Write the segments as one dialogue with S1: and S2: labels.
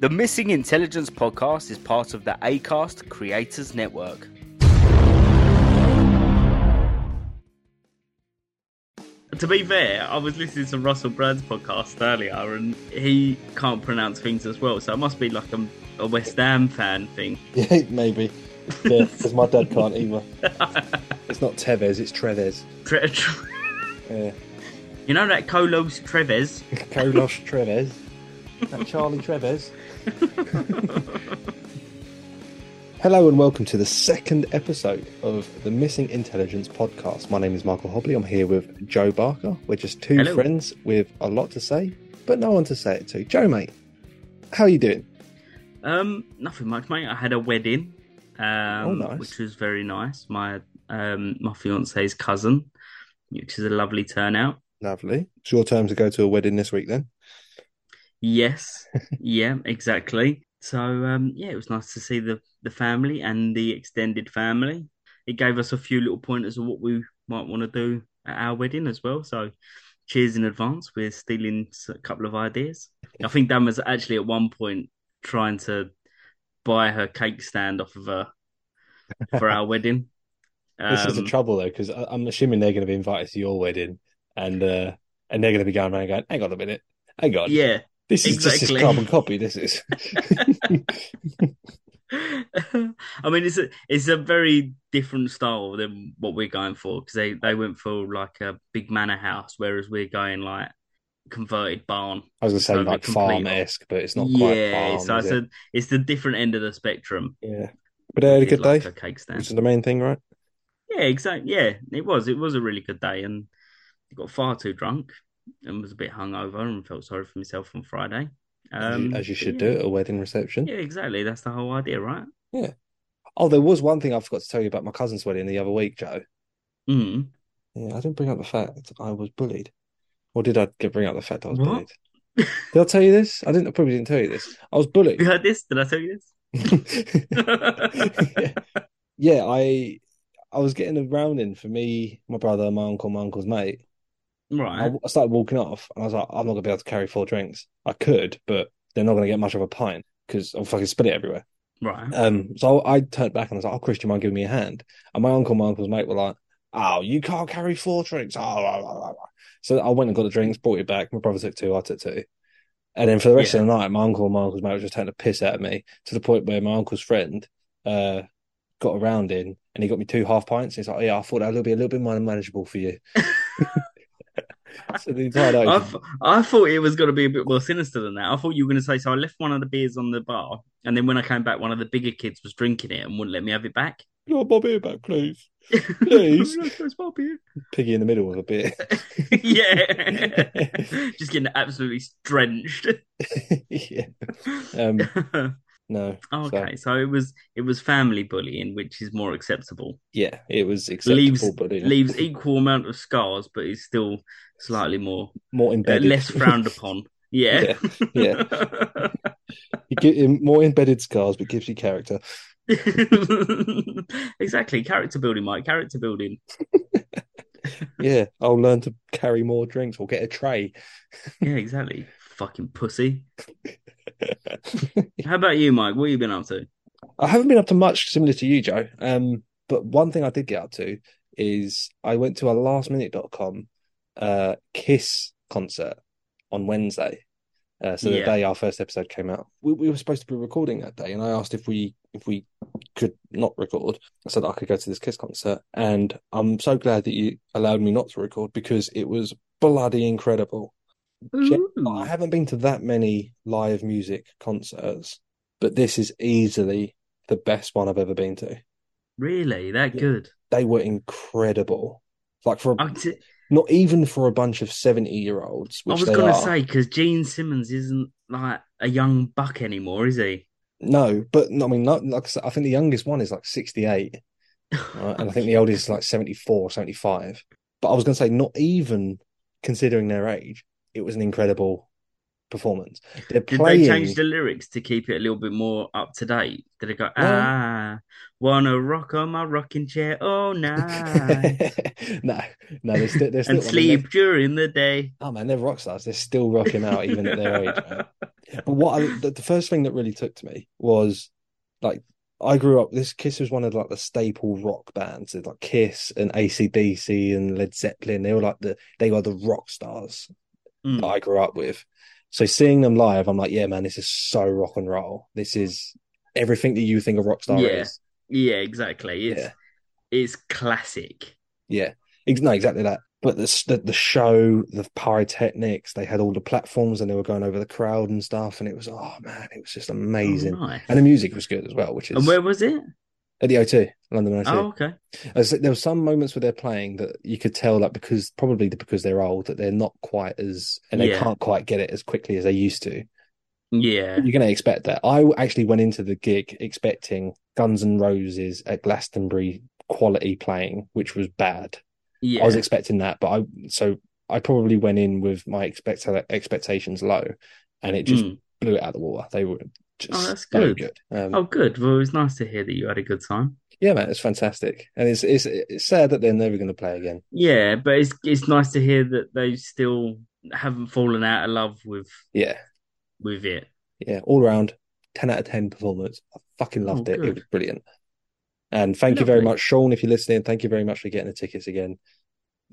S1: The Missing Intelligence podcast is part of the ACAST Creators Network.
S2: To be fair, I was listening to Russell Brand's podcast earlier, and he can't pronounce things as well, so it must be like a, a West Ham fan thing.
S3: Yeah, maybe. Yeah, because my dad can't either. It's not Tevez, it's Trevez.
S2: Tre- tre-
S3: Yeah.
S2: You know that Colos Treves?
S3: Kolos Trevez. That Charlie Trevez. Hello and welcome to the second episode of the Missing Intelligence podcast. My name is Michael Hobley. I'm here with Joe Barker. We're just two
S2: Hello.
S3: friends with a lot to say, but no one to say it to. Joe, mate, how are you doing?
S2: Um, nothing much, mate. I had a wedding, um,
S3: nice.
S2: which was very nice. My um, my fiance's cousin, which is a lovely turnout.
S3: Lovely. It's your turn to go to a wedding this week then.
S2: Yes, yeah, exactly. So um, yeah, it was nice to see the the family and the extended family. It gave us a few little pointers of what we might want to do at our wedding as well. So cheers in advance. We're stealing s- a couple of ideas. I think Dan was actually at one point trying to buy her cake stand off of her for our wedding.
S3: This is the
S2: Um,
S3: trouble though, because I'm assuming they're going to be invited to your wedding, and uh, and they're going to be going around going, "Hang on a minute, hang on,
S2: yeah.
S3: this is just
S2: exactly.
S3: this carbon copy. This is."
S2: I mean, it's a it's a very different style than what we're going for because they they went for like a big manor house, whereas we're going like converted barn.
S3: I was going to say
S2: So the
S3: like
S2: complete-
S3: farm esque, but it's not quite
S2: yeah,
S3: farm.
S2: so
S3: is
S2: it's
S3: it?
S2: a it's the different end of the spectrum.
S3: Yeah, but they had a
S2: Did
S3: good
S2: like
S3: day.
S2: a cake
S3: Which
S2: stand.
S3: is the main thing, right?
S2: Yeah, exactly. Yeah, it was it was a really good day, and I got far too drunk and was a bit hungover and felt sorry for myself on Friday.
S3: As you-
S2: Um,
S3: as you
S2: but
S3: should
S2: yeah.
S3: do at a wedding reception.
S2: Yeah, exactly. That's the whole idea, right?
S3: Oh, there was one thing I forgot to tell you about my cousin's wedding the other week, Joe.
S2: Mm.
S3: Yeah, I didn't bring up the fact I was bullied, or did I get- bring up the fact I was
S2: What?
S3: bullied? Did I tell you this? I didn't. I probably didn't tell you this. I was bullied.
S2: You heard this? Did I tell you this?
S3: yeah, I I was getting a rounding for me, my brother, my uncle, my uncle's mate. I,
S2: Right.
S3: I started walking off, and I was like, I'm not gonna be able to carry four drinks. I could, but they're not gonna get much of a pint because I'll fucking spit it everywhere.
S2: Right.
S3: Um, so I turned back and I was like, "Oh, Chris, do you mind giving me a hand?" And my uncle, and my uncle's mate were like, "Oh, you can't carry four drinks." Oh, blah, blah, blah, blah." so I went and got the drinks, brought it back. My brother took two, I took two. And then for the rest of the night, my uncle and my uncle's mate were just taking a piss out of me to the point where my uncle's friend uh got around in and he got me two half pints. He's like, "Yeah, I thought that would be a little bit more manageable for you." so the entire night,
S2: I, th- I thought it was going to be a bit more sinister than that. I thought you were going to say, so I left one of the beers on the bar, and then when I came back, one of the bigger kids was drinking it and wouldn't let me have it back.
S3: "Can I have my beer back, please?" Please.
S2: That's my beer.
S3: Piggy in the middle of a beer.
S2: yeah. Just getting absolutely drenched.
S3: yeah. Um, No.
S2: Oh,
S3: So-
S2: okay, so it was it was family bullying, which is more acceptable.
S3: Yeah, it was acceptable,
S2: Leaves-
S3: but it-
S2: Leaves equal amount of scars, but is still slightly more
S3: more
S2: uh,
S3: embedded,
S2: less frowned upon. Yeah.
S3: Yeah, You get him more embedded scars, but gives you character.
S2: exactly. Character building, Mike. Character building.
S3: Yeah, I'll learn to carry more drinks or get a tray.
S2: Yeah, exactly. Fucking pussy. How about you, Mike? What you been up to?
S3: I haven't been up to much similar to you, Joe. Um, but one thing I did get up to is I went to a lastminute.com uh Kiss concert on Wednesday. Uh, so the
S2: Yeah.
S3: day our first episode came out, we, we were supposed to be recording that day, and I asked if we if we could not record so that I could go to this Kiss concert. And I'm so glad that you allowed me not to record because it was bloody incredible. Gen- I
S2: Ooh.
S3: haven't been to that many live music concerts, but this is easily the best one I've ever been to.
S2: Really? That
S3: Yeah.
S2: good?
S3: They were incredible. Like for a,
S2: I, t-
S3: not even for a bunch of 70 year olds,
S2: I
S3: which
S2: was
S3: they
S2: gonna
S3: are.
S2: say because Gene Simmons isn't like a young buck anymore, is he?
S3: No, but no, I mean, not, like I said, I think the youngest one is like 68, right? Uh, and I think the oldest is like 74, 75. But I was going to say, not even considering their age, it was an incredible performance. They're
S2: Did
S3: playing.
S2: they change the lyrics to keep it a little bit more up to date? Did it go, ah, wanna rock on my rocking chair all night
S3: no, no, they're still, they're
S2: and
S3: still I mean, they're-
S2: sleep during the day?
S3: Oh man, they're rock stars. They're still rocking out even at their age. man. But what I, the, the first thing that really took to me was like I grew up. This Kiss was one of like the staple rock bands. It's like Kiss and ACDC and Led Zeppelin. They were like the they were the rock stars
S2: Mm.
S3: that I grew up with. So seeing them live, I'm like, yeah, man, this is so rock and roll. This is everything that you think a rock star
S2: Yeah.
S3: is.
S2: Yeah, exactly. It's
S3: Yeah.
S2: it's classic.
S3: Yeah, Ex- no, exactly that. But the, s- the the show, the pyrotechnics, they had all the platforms and they were going over the crowd and stuff, and it was oh man, it was just
S2: Oh,
S3: amazing.
S2: nice.
S3: And the music was good as well, which
S2: And
S3: is
S2: where was it?
S3: at the O2, London O2.
S2: Oh, okay.
S3: As- there were some moments where they're playing that you could tell, like because probably because they're old, that they're not quite as and they
S2: Yeah.
S3: can't quite get it as quickly as they used to.
S2: Yeah.
S3: You're going to expect that. I actually went into the gig expecting Guns N' Roses at Glastonbury quality playing, which was bad.
S2: Yeah.
S3: I was expecting that, but I so I probably went in with my expect expectations low, and it just
S2: Mm.
S3: blew it out of the water. They were just
S2: Oh, that's
S3: so
S2: good.
S3: good. Um,
S2: Oh, good. Well, it was nice to hear that you had a good time.
S3: Yeah, man, it's fantastic, and it's it's it's sad that they're never going to play again.
S2: Yeah, but it's it's nice to hear that they still haven't fallen out of love with
S3: Yeah,
S2: with it.
S3: yeah, all around, ten out of ten performance. I fucking loved
S2: Oh,
S3: it. It
S2: good.
S3: was brilliant. And thank you very
S2: Lovely.
S3: much, Sean, if you're listening. Thank you very much for getting the tickets again.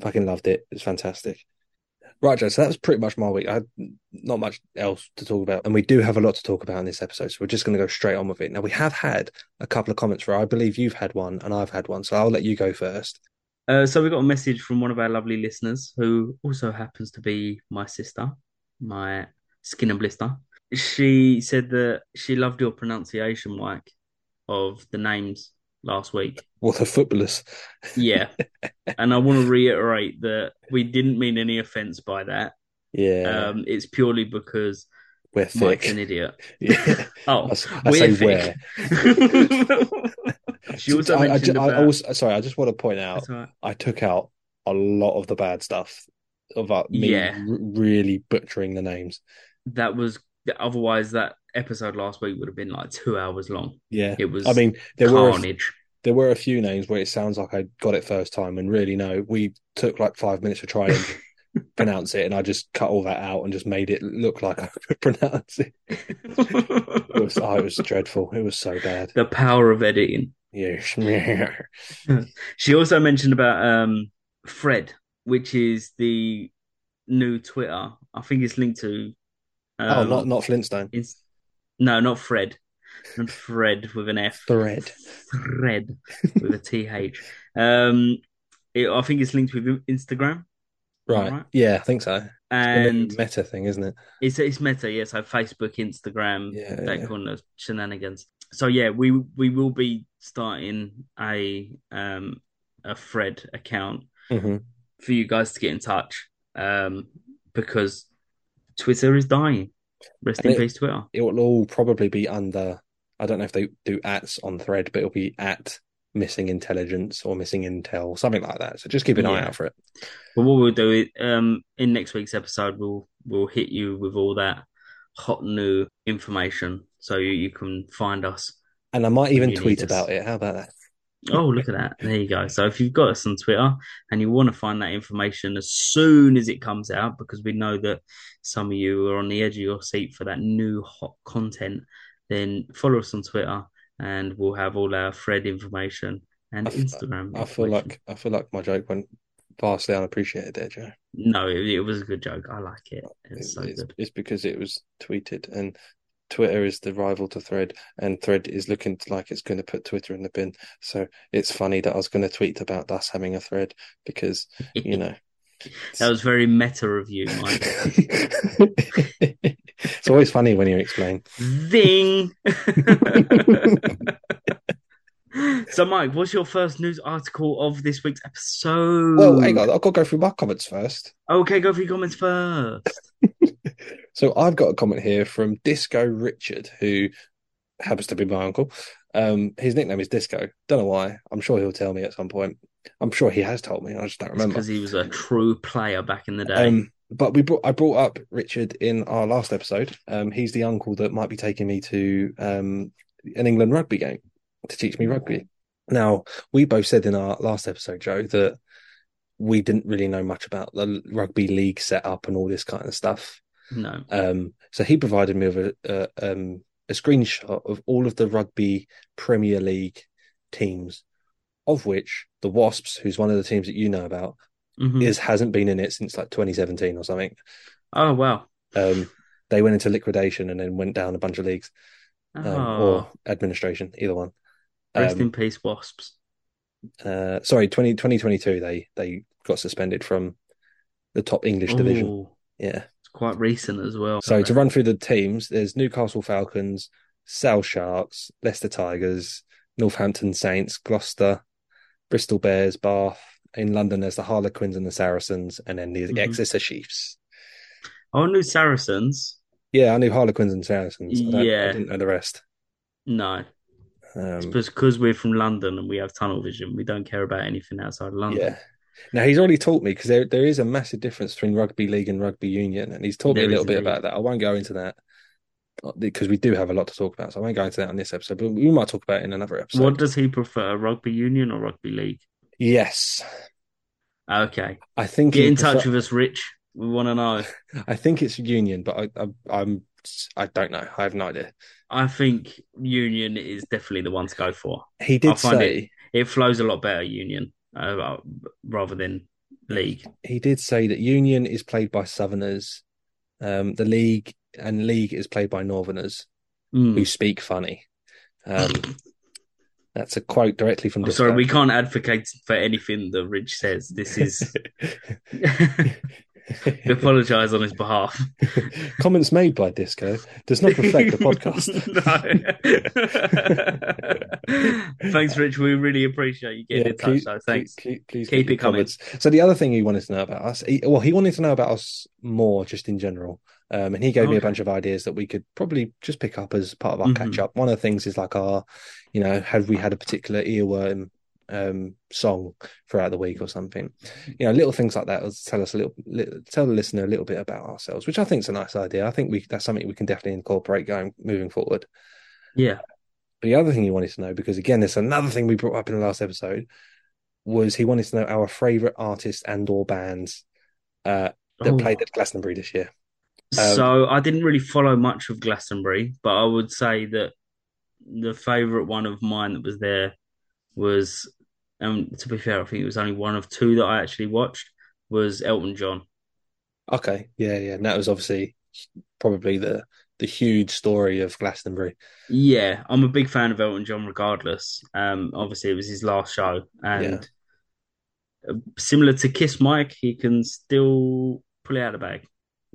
S3: Fucking loved it. It's fantastic. Right, Joe. So that was pretty much my week. I had not much else to talk about, and we do have a lot to talk about in this episode. So we're just going to go straight on with it. Now we have had a couple of comments for. I believe you've had one, and I've had one. So I'll let you go first.
S2: Uh, so we got a message from one of our lovely listeners who also happens to be my sister, my skin and blister. She said that she loved your pronunciation, Mike, of the names last week.
S3: Well, the footballers.
S2: Yeah. and I want to reiterate that we didn't mean any offense by that.
S3: Yeah,
S2: Um, it's purely because
S3: we're
S2: Mike's an
S3: thick.
S2: idiot.
S3: Yeah.
S2: Oh,
S3: I, s- I
S2: we're
S3: say
S2: thick.
S3: where.
S2: she also
S3: I, I,
S2: mentioned
S3: ju- I
S2: about...
S3: also, sorry, I just want to point out
S2: That's all right.
S3: I took out a lot of the bad stuff about me
S2: Yeah.
S3: r- really butchering the names.
S2: That was otherwise that episode last week would have been like two hours long.
S3: Yeah,
S2: It was
S3: I mean there were a, f-
S2: carnage.
S3: there were a few names where it sounds like I got it first time, and really no, we took like five minutes to try and pronounce it, and I just cut all that out and just made it look like I could pronounce it. It was, oh, it was dreadful. It was so bad. Oh,
S2: the power of editing.
S3: Yeah,
S2: She also mentioned about um, Fred, which is the new Twitter. I think it's linked to.
S3: oh,
S2: um,
S3: not not Flintstone.
S2: it's- no, not Fred. Not Fred with an F.
S3: Thread.
S2: Thread with a TH. Um, it, I think it's linked with Instagram.
S3: Right.
S2: Alright.
S3: Yeah, I think so.
S2: And
S3: meta thing, isn't it?
S2: It's it's meta, yeah. So Facebook, Instagram,
S3: Yeah,
S2: that
S3: yeah.
S2: kind of shenanigans. So yeah, we we will be starting a um a Fred account
S3: hmm
S2: for you guys to get in touch. Um, because Twitter is dying. Rest
S3: And
S2: in
S3: it-
S2: peace, Twitter.
S3: it will all probably be under I don't know if they do ats on thread, but it'll be at missing intelligence or missing intel, something like that. So just keep an eye
S2: Yeah.
S3: out for it.
S2: But what we'll do is, um in next week's episode, we'll we'll hit you with all that hot new information, so you, you can find us.
S3: And I might even
S2: You need
S3: tweet
S2: us.
S3: about it. How about that?
S2: Oh, look at that. There you go. So if you've got us on Twitter and you want to find that information as soon as it comes out, because we know that some of you are on the edge of your seat for that new hot content, then follow us on Twitter and we'll have all our thread information and
S3: I f-
S2: Instagram.
S3: I feel
S2: information.
S3: like I feel like my joke went vastly unappreciated there, Joe.
S2: No, it, it was a good joke. I like it. It's so
S3: it's,
S2: good.
S3: it's because it was tweeted and Twitter is the rival to Thread, and Thread is looking like it's going to put Twitter in the bin. So it's funny that I was going to tweet about us having a thread because, you know,
S2: That was very meta of you, Mike.
S3: it's always funny when you explain.
S2: Zing. so, Mike, what's your first news article of this week's episode?
S3: Well, hang on, I've got to go through my comments first.
S2: Okay, go for your comments first.
S3: So I've got a comment here from Disco Richard, who happens to be my uncle. Um, his nickname is Disco. Don't know why. I'm sure he'll tell me at some point. I'm sure he has told me. I just don't remember.
S2: Because he was a true player back in the day.
S3: Um, but we brought I brought up Richard in our last episode. Um, he's the uncle that might be taking me to um, an England rugby game to teach me rugby. Now we both said in our last episode, Joe, that we didn't really know much about the rugby league setup and all this kind of stuff.
S2: No.
S3: Um, so he provided me with a, a, um, a screenshot of all of the rugby Premier League teams, of which the Wasps, who's one of the teams that you know about,
S2: Mhm.
S3: is hasn't been in it since like 2017 or something.
S2: Oh wow.
S3: Um, they went into liquidation and then went down a bunch of leagues um,
S2: Oh,
S3: or administration, either one.
S2: rest
S3: Um,
S2: in peace, wasps.
S3: uh, sorry, 20, 2022, they they got suspended from the top English division.
S2: Ooh,
S3: Yeah.
S2: it's quite recent as well.
S3: So to run through the teams, there's Newcastle Falcons, South Sharks, Leicester Tigers, Northampton Saints, Gloucester, Bristol Bears, Bath. In London, there's the Harlequins and the Saracens, and then the
S2: Mhm.
S3: Exeter Chiefs.
S2: I knew Saracens.
S3: Yeah, I knew Harlequins and Saracens. I, don't, I
S2: Yeah.
S3: didn't know the rest.
S2: No,
S3: Um,
S2: it's because we're from London and we have tunnel vision. We don't care about anything outside London.
S3: yeah. Now he's already taught me because there there is a massive difference between rugby league and rugby union, and he's taught me
S2: There
S3: a little
S2: is
S3: bit
S2: indeed.
S3: about that. I won't go into that uh, because we do have a lot to talk about, so I won't go into that on this episode. But we might talk about it in another episode.
S2: What does he prefer, rugby union or rugby league?
S3: Yes,
S2: Okay,
S3: I think
S2: get
S3: he
S2: in
S3: prefer-
S2: touch with us, Rich. We want to know.
S3: I think it's union, but I, I I'm I don't know. I have no idea.
S2: I think union is definitely the one to go for.
S3: He did
S2: I'll find
S3: say
S2: It flows a lot better, union, uh, rather than league.
S3: he did say that union is played by southerners, um, the league and league is played by northerners
S2: Mm.
S3: who speak funny. Um, that's a quote directly from.
S2: I'm sorry, we
S3: Dispatch.
S2: can't advocate for anything that Rich says. This is. We apologise on his behalf.
S3: Comments made by Disco does not reflect the podcast.
S2: no. Thanks, Rich. We really appreciate you getting in touch,
S3: please-
S2: though. Thanks.
S3: Please, please
S2: Keep
S3: your
S2: it coming.
S3: comments. So the other thing he wanted to know about us, he, well, he wanted to know about us more just in general. Um, and he gave me a
S2: Okay.
S3: bunch of ideas that we could probably just pick up as part of our
S2: Mhm.
S3: catch up. One of the things is like our, you know, have we had a particular earworm um, song throughout the week or something? You know, little things like that will tell us a little, li- tell the listener a little bit about ourselves, which I think is a nice idea. I think we that's something we can definitely incorporate going moving forward.
S2: Yeah.
S3: But the other thing he wanted to know, because again, there's another thing we brought up in the last episode, was he wanted to know our favourite artists and or bands uh, that
S2: Oh.
S3: played at Glastonbury this year. um,
S2: so I didn't really follow much of Glastonbury, but I would say that the favourite one of mine that was there was, um, to be fair, I think it was only one of two that I actually watched was Elton John.
S3: Okay, yeah, yeah, and that was obviously probably the the huge story of Glastonbury.
S2: Yeah, I'm a big fan of Elton John regardless. Um, obviously it was his last show and uh similar to Kiss Mike, he can still pull it out of the bag.
S3: But,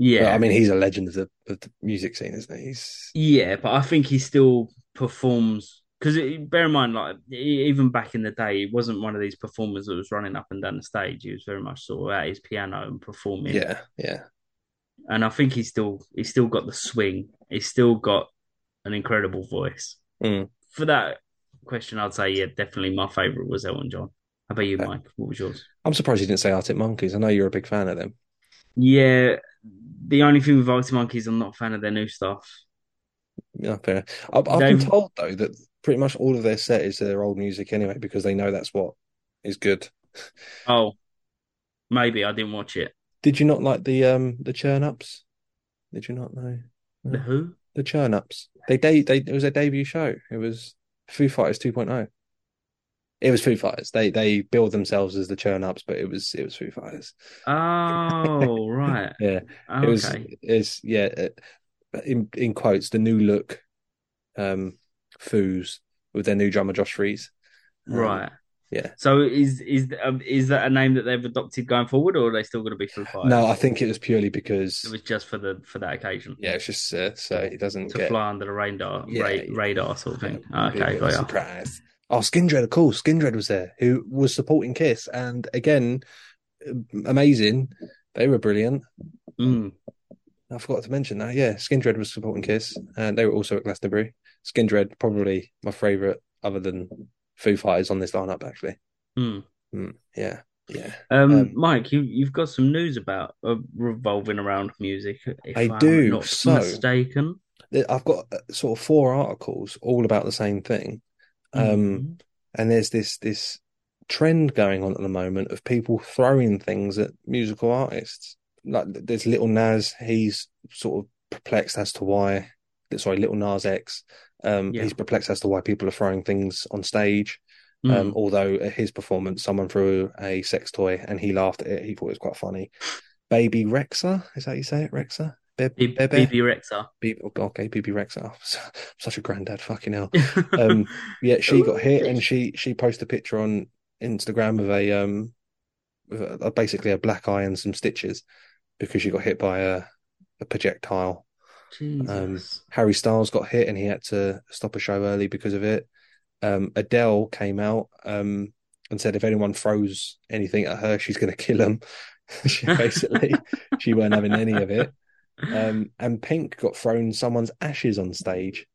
S2: Yeah.
S3: I mean, he's a legend of the of the music scene, isn't he? He's
S2: Yeah, but I think he still performs because bear in mind, like e- even back in the day, he wasn't one of these performers that was running up and down the stage. He was very much sort of at his piano and performing.
S3: yeah, yeah,
S2: And I think he's still he's still got the swing. He's still got an incredible voice.
S3: Mm.
S2: For that question, I'd say yeah, definitely my favorite was Elton John. How about you,
S3: Okay.
S2: Mike? What was yours?
S3: I'm surprised you didn't say Arctic Monkeys. I know you're a big fan of them.
S2: Yeah, the only thing with Arctic Monkeys, I'm not a fan of their new stuff.
S3: Yeah, fair. I've, I've been
S2: They've-
S3: told though that pretty much all of their set is their old music anyway, because they know that's what is good.
S2: Oh, maybe I didn't watch it.
S3: Did you not like the um the churn ups? Did you not know
S2: The Who?
S3: the churn ups? They de- they it was their debut show. It was Foo Fighters 2.0. It was Foo Fighters. They they billed themselves as the churn ups, but it was it was Foo Fighters.
S2: Oh, right.
S3: Yeah,
S2: Oh,
S3: it was
S2: okay.
S3: it's yeah it- in in quotes the new look um foos with their new drummer Josh Fries. Um,
S2: Right.
S3: yeah.
S2: So is is um, is that a name that they've adopted going forward, or are they still going to be Foo Fighters?
S3: No, I think it was purely because
S2: it was just for the for that occasion.
S3: yeah, it's just uh, so he doesn't
S2: To
S3: get
S2: fly under the radar,
S3: Yeah,
S2: ra-
S3: yeah.
S2: radar sort of
S3: Yeah,
S2: thing.
S3: be a
S2: okay, got
S3: bit of a
S2: ya.
S3: surprise. Oh, Skindred, cool. Skindred was there, who was supporting Kiss, and again, uh, amazing. They were brilliant.
S2: Mm.
S3: I forgot to mention that. Yeah, Skindred was supporting Kiss, and they were also at Glastonbury. Skindred, probably my favourite, other than Foo Fighters, on this lineup. Actually,
S2: Mm.
S3: Hmm, yeah, Yeah.
S2: Um,
S3: Um,
S2: Mike, you you've got some news about uh, revolving around music. If
S3: I
S2: am
S3: do,
S2: not
S3: so-
S2: mistaken.
S3: Th- I've got uh, sort of four articles all about the same thing. Um,
S2: Mhm.
S3: and there's this this trend going on at the moment of people throwing things at musical artists. Like there's Little Nas, he's sort of perplexed as to why. Sorry, Little Nas X, um,
S2: Yeah.
S3: he's perplexed as to why people are throwing things on stage. Um,
S2: Mm.
S3: although at his performance, someone threw a sex toy and he laughed at it. He thought it was quite funny. Baby Rexa, is that how you say it? Rexa? Be-
S2: B-
S3: Bebe?
S2: BB Rexha.
S3: Be- okay, Baby Rexa. I'm such a granddad, fucking hell. Um, Yeah, she got hit, and she she posted a picture on Instagram of a um, with a, basically a black eye and some stitches because she got hit by a, a projectile.
S2: Jesus.
S3: Harry Styles got hit, and he had to stop a show early because of it. Um, Adele came out um and said if anyone throws anything at her, she's going to kill them. she basically she weren't having any of it. Um, and Pink got thrown someone's ashes on stage.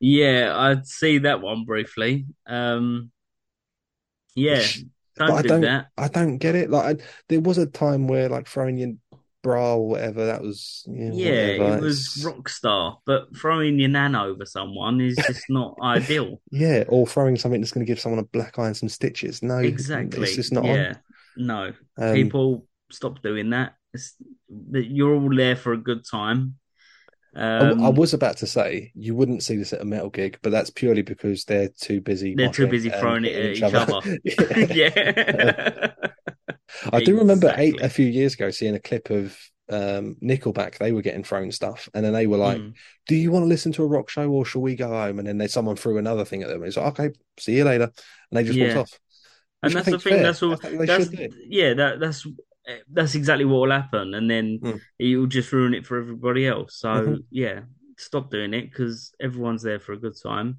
S2: yeah, I'd see that one briefly. Um, yeah,
S3: Which-
S2: don't
S3: but I
S2: do
S3: don't-
S2: that.
S3: I don't get it. Like, I, there was a time where like throwing your bra or whatever that was. You know,
S2: Yeah,
S3: whatever,
S2: it was
S3: it's-
S2: rock star, but throwing your nan over someone is just not ideal.
S3: Yeah, or throwing something that's going to give someone a black eye and some stitches. No,
S2: Exactly.
S3: It's just not
S2: yeah. No.
S3: on. Um,
S2: people stop doing that. It's, that you're all there for a good time.
S3: I, w- I
S2: Um,
S3: was about to say you wouldn't see this at a metal gig, but that's purely because they're too busy.
S2: They're too
S3: moshing
S2: busy
S3: and
S2: throwing it
S3: hitting
S2: at each other.
S3: Yeah.
S2: yeah.
S3: I do remember eight,
S2: Exactly.
S3: a few years ago seeing a clip of um, Nickelback. They were getting thrown stuff, and then they were like,
S2: Mm.
S3: do you want to listen to a rock show or shall we go home? And then there's someone threw another thing at them. It's like, okay, see you later. And they just
S2: Yeah.
S3: walked off.
S2: and that's
S3: Which I
S2: the
S3: think's
S2: thing.
S3: fair.
S2: That's all.
S3: I think they
S2: that's
S3: should do.
S2: yeah. That that's that's exactly what will happen, and then
S3: Mm.
S2: it will just ruin it for everybody else. So
S3: Mhm.
S2: yeah, stop doing it because everyone's there for a good time.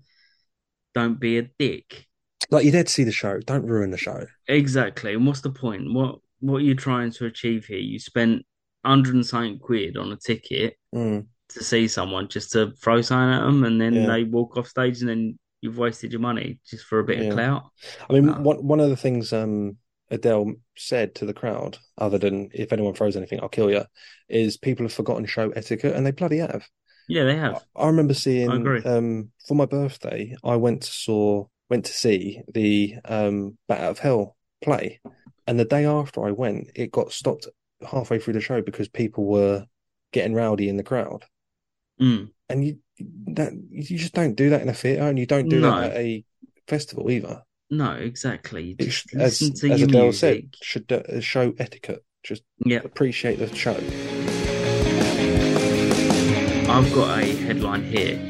S2: Don't be a dick.
S3: Like, you're there to see the show. Don't ruin the show.
S2: Exactly. And what's the point? What what are you trying to achieve here? You spent hundred and something quid on a ticket
S3: Mm.
S2: to see someone just to throw something at them, and then
S3: Yeah.
S2: they walk off stage, and then you've wasted your money just for a bit
S3: Yeah.
S2: of clout.
S3: I mean,
S2: No.
S3: one, one of the things um, Adele said to the crowd, other than if anyone throws anything, I'll kill you, is people have forgotten show etiquette and they bloody have.
S2: Yeah, they have.
S3: I remember
S2: I
S3: seeing
S2: agree.
S3: um for my birthday, I went to saw went to see the um Bat Out of Hell play. And the day after I went, it got stopped halfway through the show because people were getting rowdy in the crowd.
S2: Mm.
S3: And you that you just don't do that in a theatre and you don't do
S2: No.
S3: that at a festival either.
S2: No, exactly.
S3: It
S2: Just
S3: sh- as
S2: listen to
S3: as
S2: your
S3: Adele
S2: music.
S3: said, should uh, show etiquette. Just
S2: Yeah,
S3: appreciate the show.
S2: I've got a headline here.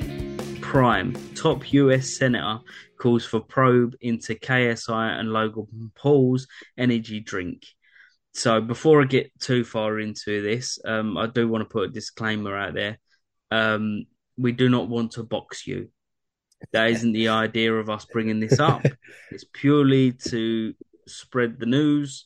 S2: Prime top US senator calls for probe into KSI and Logan Paul's energy drink. So before I get too far into this, um, I do want to put a disclaimer out there. Um, we do not want to box you. That isn't the idea of us bringing this up. It's purely to spread the news.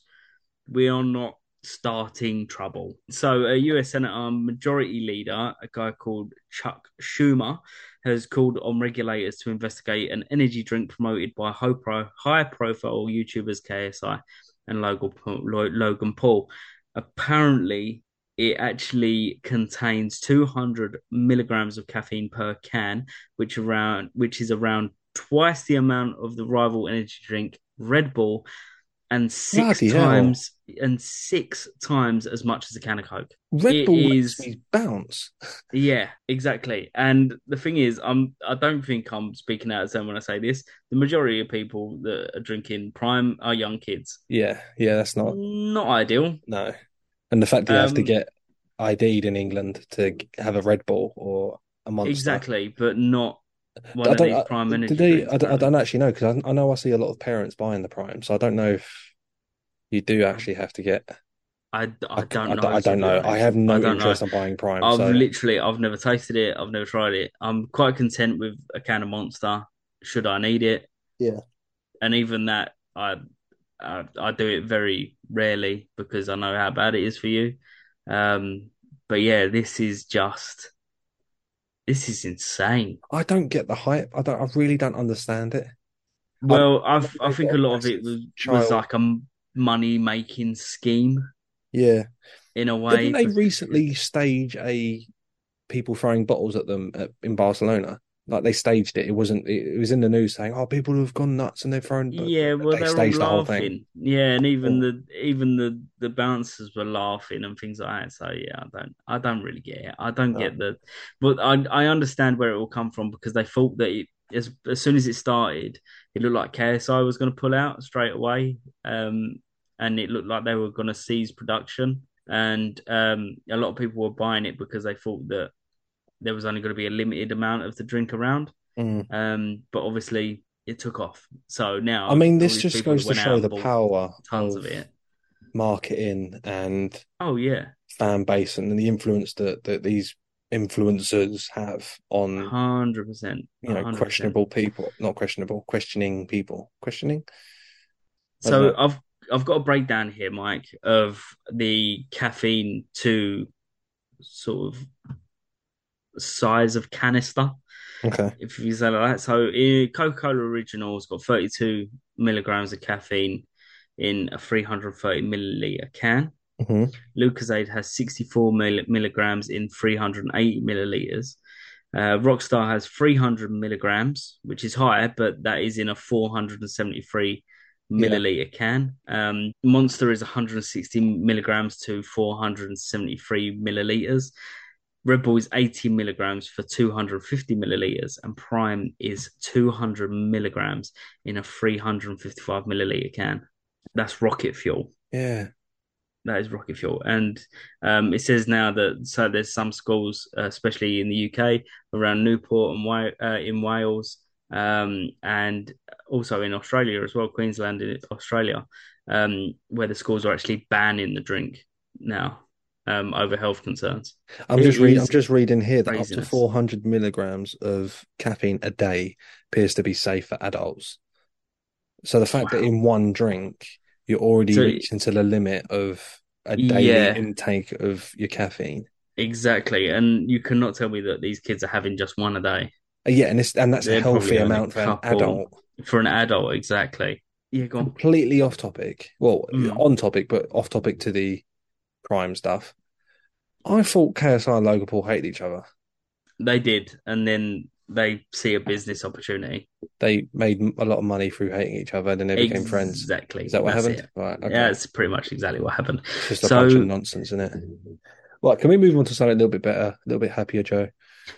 S2: We are not starting trouble. So, a US Senator um, Majority Leader, a guy called Chuck Schumer, has called on regulators to investigate an energy drink promoted by high pro- high profile YouTubers KSI and Logan Paul, Lo- Logan Paul. Apparently, it actually contains 200 milligrams of caffeine per can, which around which is around twice the amount of the rival energy drink Red Bull, and six
S3: Bloody hell.
S2: times and six times as much as a can of Coke.
S3: Red
S2: It
S3: Bull
S2: is-
S3: makes me bounce.
S2: Yeah, exactly. And the thing is, I'm I don't think I'm speaking out of turn when I say this. The majority of people that are drinking Prime are young kids.
S3: Yeah, yeah, that's not
S2: Not ideal.
S3: No. And the fact that you have to
S2: Um,
S3: get ID'd in England to g- have a Red Bull or a Monster.
S2: Exactly, but not one
S3: I
S2: of
S3: don't-
S2: these
S3: I-
S2: Prime
S3: Do
S2: energy
S3: they-
S2: drinks,
S3: I, don't, I
S2: apparently.
S3: don't actually know because I, I know I see a lot of parents buying the Prime, so I don't know if you do actually have to get.
S2: I, I
S3: c-
S2: don't
S3: I,
S2: know, to
S3: I don't
S2: be
S3: know. I
S2: honest.
S3: have no
S2: I don't
S3: interest in buying Prime.
S2: I've
S3: so
S2: literally I've never tasted it. I've never tried it. I'm quite content with a can of Monster, should I need it.
S3: Yeah.
S2: And even that, I I, I do it very rarely because I know how bad it is for you. Um, but yeah, this is just this is insane.
S3: I don't get the hype. I don't. I really don't understand it.
S2: Well, I've
S3: I've
S2: I think a
S3: got
S2: lot of it
S3: massive
S2: was, was
S3: child-
S2: like a money making scheme
S3: Yeah.
S2: in a way.
S3: Didn't they recently stage a people throwing bottles at them at, in Barcelona? Like they staged it. It wasn't. It, it was in the news saying, "Oh, people have gone nuts and they've thrown."
S2: Yeah, well,
S3: they
S2: they
S3: staged
S2: were
S3: the
S2: all
S3: whole thing.
S2: laughing. Yeah, and even
S3: Yeah.
S2: the even the the bouncers were laughing and things like that. So yeah, I don't I don't really get it. I don't
S3: No.
S2: get the, but I I understand where it will come from because they thought that it, as as soon as it started, it looked like KSI was going to pull out straight away, um, and it looked like they were going to seize production, and um, a lot of people were buying it because they thought that there was only going to be a limited amount of the drink around.
S3: Mm.
S2: Um, but obviously it took off. So now,
S3: I mean, this
S2: all these
S3: just
S2: people
S3: goes to
S2: went out
S3: show
S2: and
S3: the
S2: bought
S3: power
S2: Tons of it.
S3: marketing and
S2: Oh yeah,
S3: fan base and the influence that that these influencers have on
S2: hundred percent.
S3: you know questionable people, not questionable, questioning people, questioning.
S2: So
S3: Okay.
S2: I've I've got a breakdown here, Mike, of the caffeine to sort of size of canister.
S3: Okay.
S2: if you say like that. So eh, Coca-Cola Original's got 32 milligrams of caffeine in a 330 milliliter can.
S3: Mhm.
S2: Lucozade has 64 mill- milligrams in 380 milliliters. Uh, Rockstar has 300 milligrams, which is higher, but that is in a 473
S3: Yeah.
S2: milliliter can. Um, Monster is 160 milligrams to 473 milliliters. Red Bull is 80 milligrams for 250 milliliters, and Prime is 200 milligrams in a 355 milliliter can. That's rocket fuel.
S3: Yeah.
S2: That is rocket fuel. And um, it says now that so there's some schools, uh, especially in the UK, around Newport and Wa- uh, in Wales, um, and also in Australia as well, Queensland in Australia, um, where the schools are actually banning the drink now um, over health concerns.
S3: I'm
S2: It
S3: just reading. I'm
S2: is
S3: just reading here that up to
S2: craziness.
S3: 400 milligrams of caffeine a day appears to be safe for adults. So the fact that
S2: Wow.
S3: in one drink you're already
S2: So-
S3: reaching to the limit of a daily
S2: Yeah.
S3: intake of your caffeine.
S2: Exactly, and you cannot tell me that these kids are having just one a day
S3: Uh, Yeah, and it's and that's a
S2: They're probably
S3: healthy
S2: only
S3: amount for an
S2: couple.
S3: adult.
S2: for an adult. Exactly. Yeah, go on.
S3: Completely off topic. Well,
S2: Mm.
S3: on topic, but off topic to the crime stuff. I thought KSI and Logan Paul hated each other.
S2: They did, and then they see a business opportunity.
S3: They made a lot of money through hating each other, and then they became friends.
S2: Exactly.
S3: Is that what
S2: That's
S3: happened?
S2: it.
S3: Right. okay.
S2: Yeah, it's pretty much exactly what happened.
S3: It's just a
S2: So-
S3: bunch of nonsense, isn't it? Right, can we move on to something a little bit better, a little bit happier, Joe?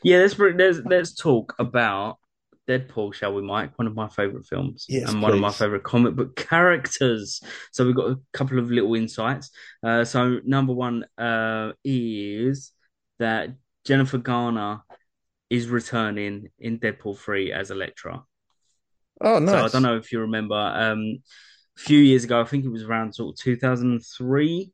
S2: Yeah, let's bring, let's let's talk about Deadpool, shall we, Mike? One of my favorite films
S3: Yes,
S2: and one of my
S3: please.
S2: favorite comic book characters. So we've got a couple of little insights. Uh, so number one uh, is that Jennifer Garner is returning in Deadpool three as Elektra.
S3: Oh,
S2: So I
S3: nice.
S2: don't know if you remember, um, a few years ago, I think it was around sort of 2003.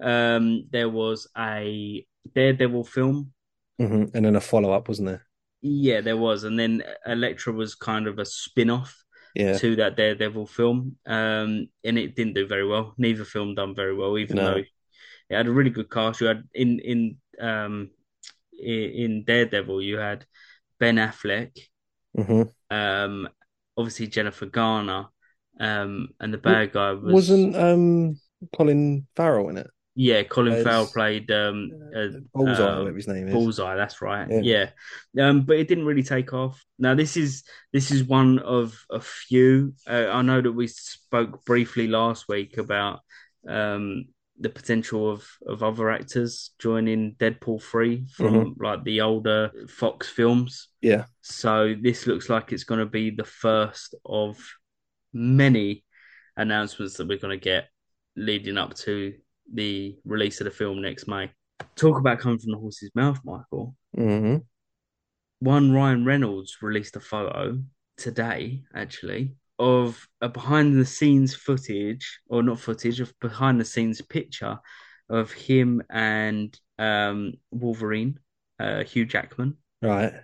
S2: Um, there was a Daredevil film.
S3: hmm And then a follow up, wasn't there?
S2: Yeah, there was, and then Elektra was kind of a spin-off
S3: Yeah.
S2: to that Daredevil film, um, and it didn't do very well. Neither film done very well, even
S3: No.
S2: though it had a really good cast. You had in in um, i- in Daredevil, you had Ben Affleck,
S3: hmm
S2: um, obviously Jennifer Garner, um, and the bad guy was
S3: Wasn't um Colin Farrell in it?
S2: yeah, Colin
S3: as-
S2: Farrell played um, uh,
S3: Bullseye,
S2: uh,
S3: whatever his name is.
S2: Bullseye, that's right.
S3: Yeah.
S2: Yeah. Um, but it didn't really take off. Now this is this is one of a few. Uh, I know that we spoke briefly last week about um the potential of of other actors joining Deadpool 3 from like the older Fox films.
S3: Yeah.
S2: So this looks like it's going to be the first of many announcements that we're going to get leading up to the release of the film next May. Talk about coming from the horse's mouth, Michael.
S3: hmm
S2: One Ryan Reynolds released a photo today, actually, of a behind the scenes footage, or not footage, of behind the scenes picture of him and um, Wolverine, uh, Hugh Jackman.
S3: Right.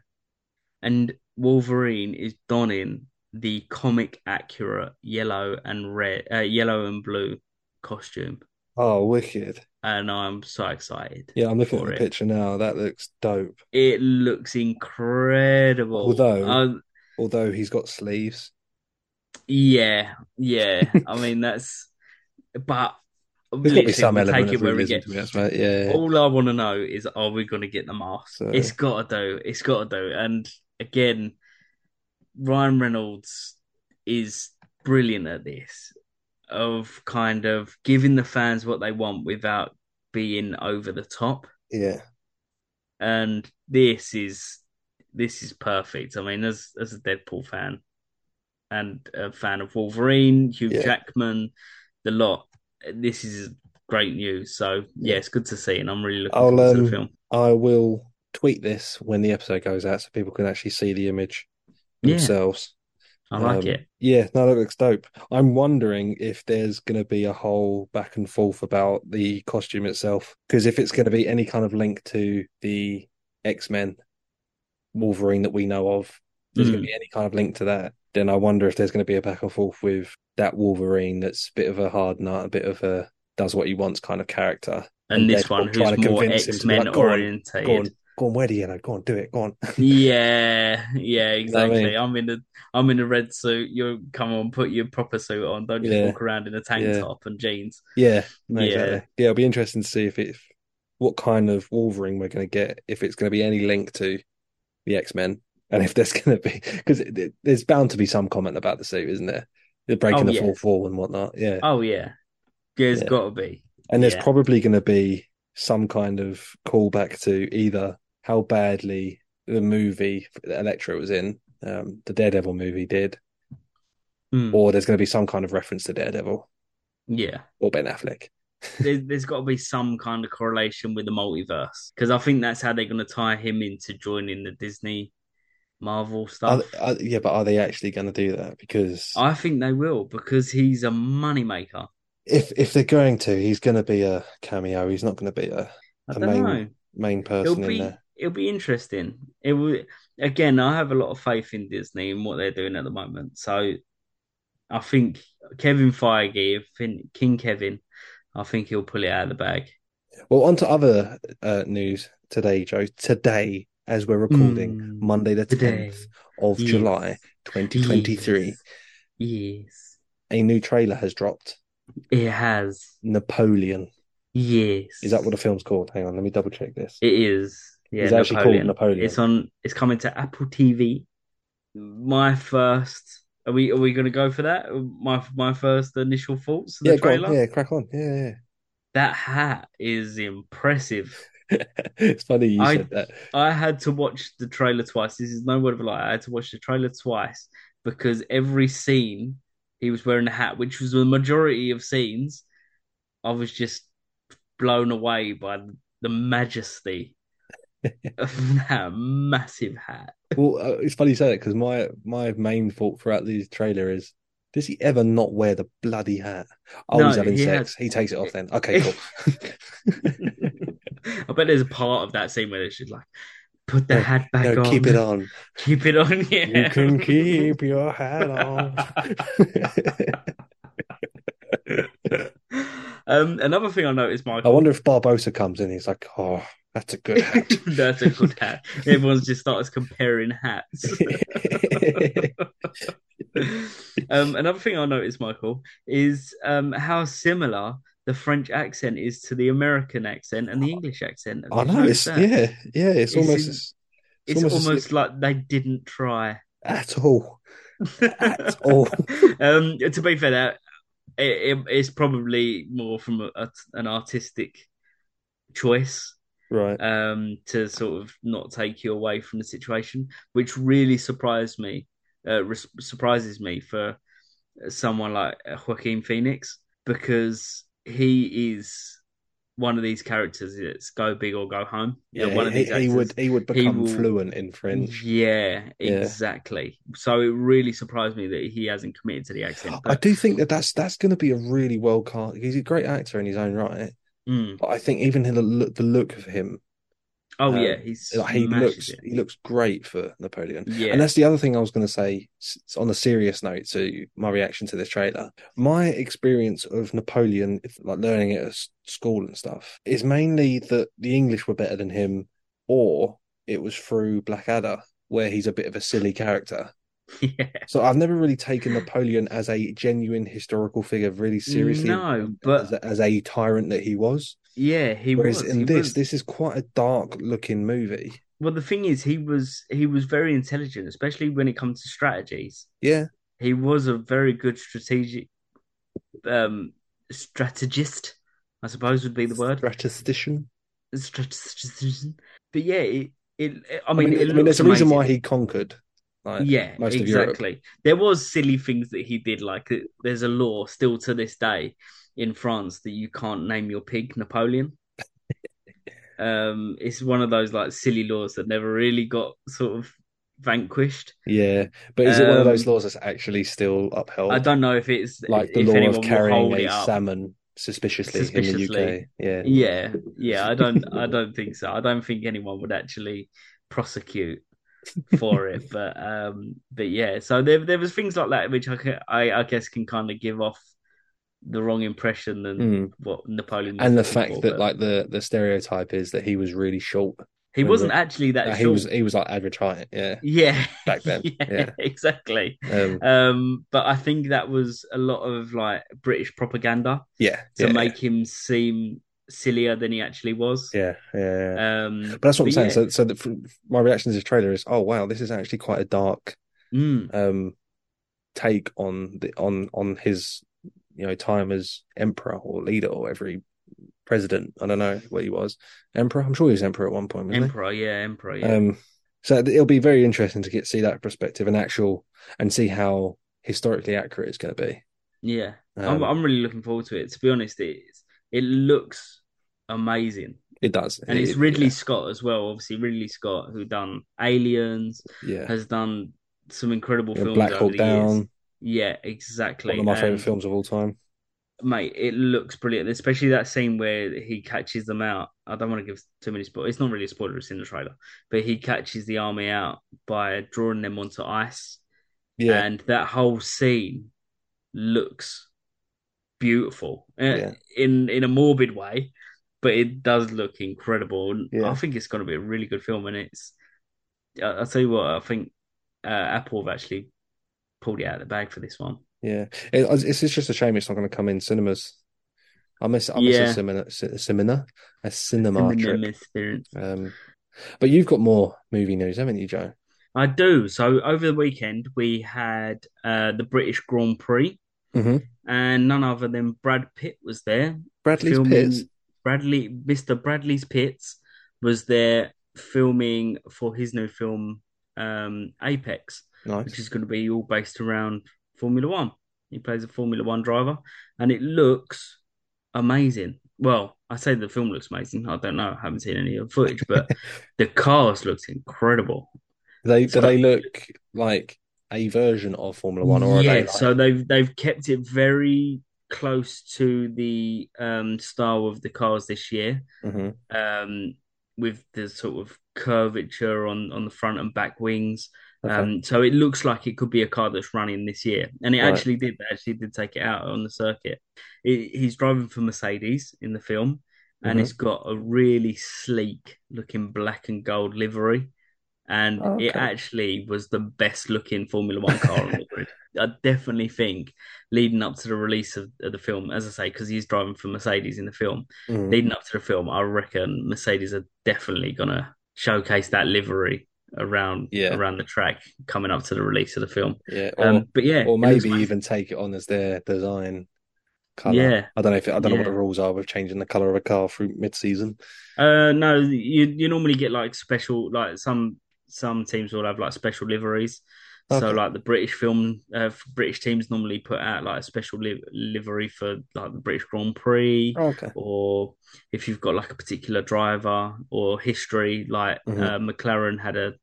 S2: And Wolverine is donning the comic accurate yellow and red, uh, yellow and blue costume.
S3: Oh, wicked.
S2: And I'm so excited.
S3: Yeah, I'm looking at
S2: For
S3: the
S2: it.
S3: picture now. That looks dope.
S2: It looks incredible.
S3: Although-
S2: Um,
S3: Although he's got sleeves.
S2: yeah, yeah. I mean, that's But
S3: There's got to be
S2: literally,
S3: some
S2: we
S3: element
S2: take
S3: of
S2: it where we
S3: realism
S2: get.
S3: to it, right? Yeah.
S2: All I want to know is, are we going to get the mask?
S3: So-
S2: It's got to do. It's got to do. And again, Ryan Reynolds is brilliant at this, of kind of giving the fans what they want without being over the top.
S3: Yeah.
S2: And this is this is perfect. I mean, as as a Deadpool fan and a fan of Wolverine, Hugh
S3: Yeah.
S2: Jackman, the lot, this is great news. So yeah,
S3: Yeah.
S2: it's good to see, and I'm really looking
S3: I'll,
S2: forward to
S3: um,
S2: the film.
S3: I will tweet this when the episode goes out so people can actually see the image
S2: Yeah.
S3: themselves.
S2: I like
S3: Um,
S2: it.
S3: Yeah, no, that looks dope. I'm wondering if there's going to be a whole back and forth about the costume itself. Because if it's going to be any kind of link to the X Men Wolverine that we know of, if there's going
S2: Mm.
S3: to be any kind of link to that, then I wonder if there's going to be a back and forth with that Wolverine that's a bit of a hard nut, a bit of a does what he wants kind of character.
S2: And this
S3: Deadpool
S2: one
S3: trying to
S2: who's more
S3: convince him to
S2: X
S3: be like,
S2: Men
S3: "Go on,
S2: orientated.
S3: Go on, go on, wear the yellow. Go on, do it. Go on.
S2: Yeah, yeah,
S3: what I mean?
S2: exactly. I'm in the I'm in a red suit. You come on, put your proper suit on. Don't just
S3: Yeah.
S2: walk around in a tank
S3: Yeah.
S2: top and jeans.
S3: Yeah, no,
S2: Yeah.
S3: exactly. Yeah, it'll be interesting to see if it, if- what kind of Wolverine we're going to get, if it's going to be any link to the X-Men, and if there's going to be because there's bound to be some comment about the suit, isn't there? The breaking
S2: Oh,
S3: the
S2: yeah.
S3: fourth wall and whatnot. Yeah,
S2: Oh yeah, yeah, it's
S3: Yeah.
S2: got to be.
S3: and there's
S2: yeah.
S3: probably going to be some kind of callback to either how badly the movie that Elektra was in, um, the Daredevil movie did,
S2: Hmm,
S3: or there's going to be some kind of reference to Daredevil
S2: Yeah,
S3: or Ben Affleck.
S2: there's, there's got to be some kind of correlation with the multiverse because I think that's how they're going to tie him into joining the Disney Marvel
S3: Are,
S2: stuff.
S3: are, yeah, but are they actually going to do that? Because
S2: I think they will because he's a moneymaker.
S3: If if they're going to, he's going to be a cameo. He's not going to be a
S2: I
S3: The
S2: don't
S3: main
S2: know.
S3: main
S2: it'll
S3: person in
S2: be
S3: there.
S2: it'll be interesting. It will again. I have a lot of faith in Disney and what they're doing at the moment. So I think Kevin Feige, I think King Kevin, I think he'll pull it out of the bag.
S3: Well, on to other uh, news today, Joe. Today, as we're recording,
S2: Mm.
S3: Monday the
S2: Today.
S3: 10th of
S2: Hmm. Yes.
S3: July 2023,
S2: Yes.
S3: a new trailer has dropped.
S2: yes, it has.
S3: Napoleon.
S2: Yes,
S3: Is that what the film's called? Hang on, let me double check this.
S2: it is? Yeah,
S3: It's actually called Napoleon.
S2: It's on. It's coming to Apple TV. My first. Are we are we going to go for that? My my first initial thoughts. Of the
S3: Yeah, go on.
S2: trailer.
S3: Yeah, crack on. Yeah, yeah.
S2: That hat is impressive.
S3: It's funny you
S2: I-
S3: said that.
S2: I had to watch the trailer twice. This is no word of a lie. I had to watch the trailer twice because every scene he was wearing a hat, which was the majority of scenes, I was just blown away by the majesty of that massive hat.
S3: Well, uh, it's funny you say that because my my main thought throughout the trailer is, does he ever not wear the bloody hat? Oh,
S2: No,
S3: he's having
S2: he
S3: sex. He takes it off then. Okay, cool.
S2: I bet there's a part of that scene where they should like put the
S3: No,
S2: hat back
S3: no,
S2: on.
S3: keep it on.
S2: Keep it on. Yeah.
S3: You can keep your hat on.
S2: um, another thing I noticed,
S3: I
S2: Michael.
S3: wonder if Barbosa comes in. He's like, oh, that's a good hat.
S2: That's a good hat. Everyone's just starts comparing hats. um, another thing I noticed, Michael, is um, how similar the French accent is to the American accent and the English accent. Have
S3: I
S2: you
S3: know.
S2: noticed
S3: It's
S2: that?
S3: yeah, yeah. It's,
S2: It's
S3: almost
S2: in-
S3: as-
S2: It's
S3: almost
S2: almost,
S3: as
S2: like they didn't try.
S3: at all, at all.
S2: um, to be fair, that it, it, it's probably more from a, a- an artistic choice
S3: Right.
S2: um, to sort of not take you away from the situation, which really surprised me. Uh, res- surprises me for someone like uh, Joaquin Phoenix because he is one of these characters that's go big or go home.
S3: Yeah,
S2: Uh, one of
S3: he,
S2: these
S3: he
S2: actors.
S3: would he would
S2: He
S3: become
S2: will-
S3: fluent in French.
S2: Yeah,
S3: Yeah.
S2: exactly. So it really surprised me that he hasn't committed to the accent.
S3: I
S2: But,
S3: do think that that's that's going to be a really well cast. He's a great actor in his own right,
S2: Mm.
S3: but I think even the look, the look of him,
S2: Oh
S3: Um,
S2: yeah, he's
S3: like, he
S2: smashes
S3: looks
S2: it.
S3: he looks great for Napoleon.
S2: Yeah,
S3: And that's the other thing I was going to say s- on a serious note to my reaction to this trailer. My experience of Napoleon, if- like learning it at s- school and stuff, is mainly that the English were better than him, or it was through Blackadder, where he's a bit of a silly character.
S2: yeah.
S3: So I've never really taken Napoleon as a genuine historical figure really seriously.
S2: No,
S3: as,
S2: but
S3: a, as a tyrant that he was.
S2: yeah, he
S3: Whereas
S2: was
S3: in
S2: he
S3: this,
S2: was-
S3: this is quite a dark looking movie.
S2: Well, the thing is, he was he was very intelligent, especially when it comes to strategies.
S3: Yeah,
S2: He was a very good strategic um strategist, I suppose would be the word.
S3: statistician.
S2: Strategist. But yeah, it, it I
S3: I mean,
S2: mean, it
S3: I mean,
S2: looks
S3: there's a reason
S2: amazing.
S3: why he conquered. Like,
S2: yeah,
S3: most of Europe.
S2: exactly. There was silly things that he did, like uh, there's a law still to this day in France that you can't name your pig Napoleon. um, it's one of those like silly laws that never really got sort of vanquished.
S3: Yeah, but is it one of those
S2: Um,
S3: laws that's actually still upheld?
S2: I don't know if it's
S3: like the
S2: if
S3: law
S2: anyone
S3: of
S2: will
S3: carrying
S2: hold it
S3: a
S2: up.
S3: salmon suspiciously, in the UK.
S2: Suspiciously.
S3: Yeah,
S2: Yeah, yeah. I don't. I don't think so. I don't think anyone would actually prosecute for it. But um, but yeah. So there, there was things like that which I ca- I, I guess can kind of give off the wrong impression than
S3: Mm.
S2: what Napoleon was
S3: and the
S2: looking
S3: fact
S2: for,
S3: that
S2: but
S3: like the the stereotype is that he was really short.
S2: he wasn't actually that
S3: Like, he
S2: short.
S3: was he was like average height. Yeah,
S2: yeah,
S3: back then, yeah.
S2: exactly.
S3: um,
S2: Um, but I think that was a lot of like British propaganda
S3: yeah,
S2: to
S3: yeah,
S2: make him seem sillier than he actually was.
S3: yeah, yeah. yeah.
S2: Um,
S3: but that's what I'm saying.
S2: yeah.
S3: So, so the, from my reaction to the trailer is, oh wow, this is actually quite a dark
S2: Mm,
S3: um take on the on on his you know time as emperor or leader or every president. I don't know what he was. Emperor. I'm sure he was emperor at one point. Wasn't he?
S2: Emperor, yeah, Emperor, yeah.
S3: Um, so th- it'll be very interesting to get see that perspective and actual and see how historically accurate it's going to be.
S2: yeah.
S3: Um,
S2: I'm I'm really looking forward to it. To be honest, it's it looks amazing.
S3: it does,
S2: And it's
S3: It-
S2: Ridley Scott as well, obviously Ridley Scott who done Aliens,
S3: Yeah,
S2: has done some incredible
S3: You know,
S2: films
S3: Black
S2: over
S3: Hawk
S2: the years.
S3: Down,
S2: Yeah, exactly.
S3: one of my favorite
S2: And,
S3: films of all time.
S2: Mate, it looks brilliant, especially that scene where he catches them out. I don't want to give too many spoilers. It's not really a spoiler, it's in the trailer. But he catches the army out by drawing them onto ice.
S3: Yeah,
S2: and that whole scene looks beautiful Uh,
S3: Yeah.
S2: in in a morbid way but it does look incredible And
S3: Yeah.
S2: i think it's going to be a really good film and it's I- i'll tell you what i think uh, apple have actually pulled it out of the bag for this one
S3: yeah. It, it's, it's just a shame it's not going to come in cinemas. I miss I miss
S2: Yeah.
S3: a seminar, a seminar, a cinema
S2: Cinema
S3: trip.
S2: experience.
S3: Um, but you've got more movie news, haven't you, Joe?
S2: i do so over the weekend we had uh, the british grand prix
S3: Mm-hmm.
S2: and none other than brad pitt was there
S3: Bradley's
S2: filming-
S3: Pitts.
S2: Bradley, Mr. Bradley's Pitts was there filming for his new film um, Apex,
S3: Nice.
S2: which is going to be all based around Formula One. He plays a Formula One driver, and it looks amazing. Well, I say the film looks amazing. I don't know. I haven't seen any of the footage, but the cars looks incredible.
S3: They do
S2: So-
S3: they look like a version of Formula One, or are
S2: yeah,
S3: they like-
S2: so they've they've kept it very close to the um, style of the cars this year.
S3: Mhm.
S2: um, with the sort of curvature on, on the front and back wings.
S3: Okay.
S2: Um, so it looks like it could be a car that's running this year, and it
S3: Right.
S2: actually did. They actually did take it out on the circuit. He- he's driving for Mercedes in the film, and
S3: Mhm.
S2: it's got a really sleek looking black and gold livery. And
S3: Oh,
S2: it
S3: okay.
S2: actually was the best looking Formula One car on the grid. I definitely think leading up to the release of, of the film, as I say, because he's driving for Mercedes in the film,
S3: Mhm.
S2: leading up to the film, I reckon Mercedes are definitely gonna showcase that livery around
S3: Yeah.
S2: around the track coming up to the release of the film.
S3: Mm-hmm. Yeah, or,
S2: Um, but yeah,
S3: or
S2: it looks
S3: maybe
S2: amazing.
S3: even take it on as their design color.
S2: Yeah.
S3: I don't know if it, I don't know what
S2: Yeah.
S3: the rules are with changing the color of a car through mid-season.
S2: uh, no, you you normally get like special like some some teams will have like special liveries. So
S3: Okay.
S2: like the British film, uh, British teams normally put out like a special li- livery for like the British Grand Prix.
S3: Oh, okay,
S2: or if you've got like a particular driver or history, like
S3: Mm-hmm.
S2: uh, McLaren had a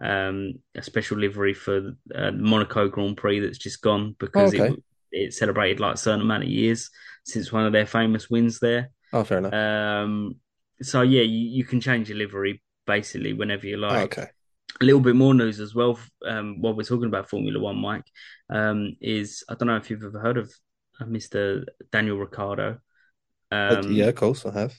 S2: um, a special livery for uh, Monaco Grand Prix that's just gone because
S3: Okay.
S2: it it celebrated like a certain amount of years since one of their famous wins there.
S3: oh, fair enough.
S2: Um, so yeah, you, you can change your livery basically whenever you
S3: Oh,
S2: like
S3: okay,
S2: a little bit more news as well. Um, while we're talking about Formula One, Mike, um, is I don't know if you've ever heard of uh, Mr. Daniel Ricciardo.
S3: I-
S2: Um,
S3: Uh, yeah, of course I have.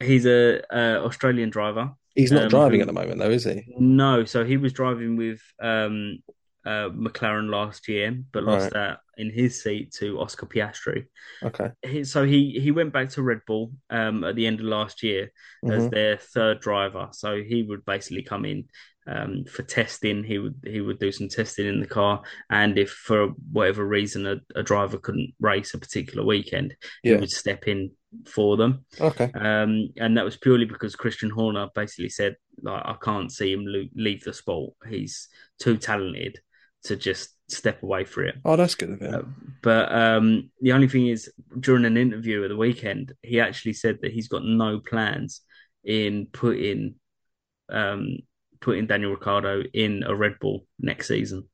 S2: he's a, uh Australian driver.
S3: He's not
S2: um,
S3: driving
S2: who-
S3: at the moment, though, is he?
S2: No, so he was driving with um, uh, McLaren last year, but lost that in his seat to Oscar Piastri.
S3: Okay.
S2: He, so he he went back to Red Bull um, at the end of last year as
S3: Mhm.
S2: their third driver. So he would basically come in um, for testing. He would he would do some testing in the car, and if for whatever reason a, a driver couldn't race a particular weekend, he
S3: Yeah.
S2: would step in for them.
S3: Okay.
S2: Um, and that was purely because Christian Horner basically said, like, I can't see him lo- leave the sport. He's too talented to just step away for it.
S3: Oh, that's good of him.
S2: Uh, But um, the only thing is, during an interview at the weekend, he actually said that he's got no plans in putting um, putting Daniel Ricciardo in a Red Bull next season.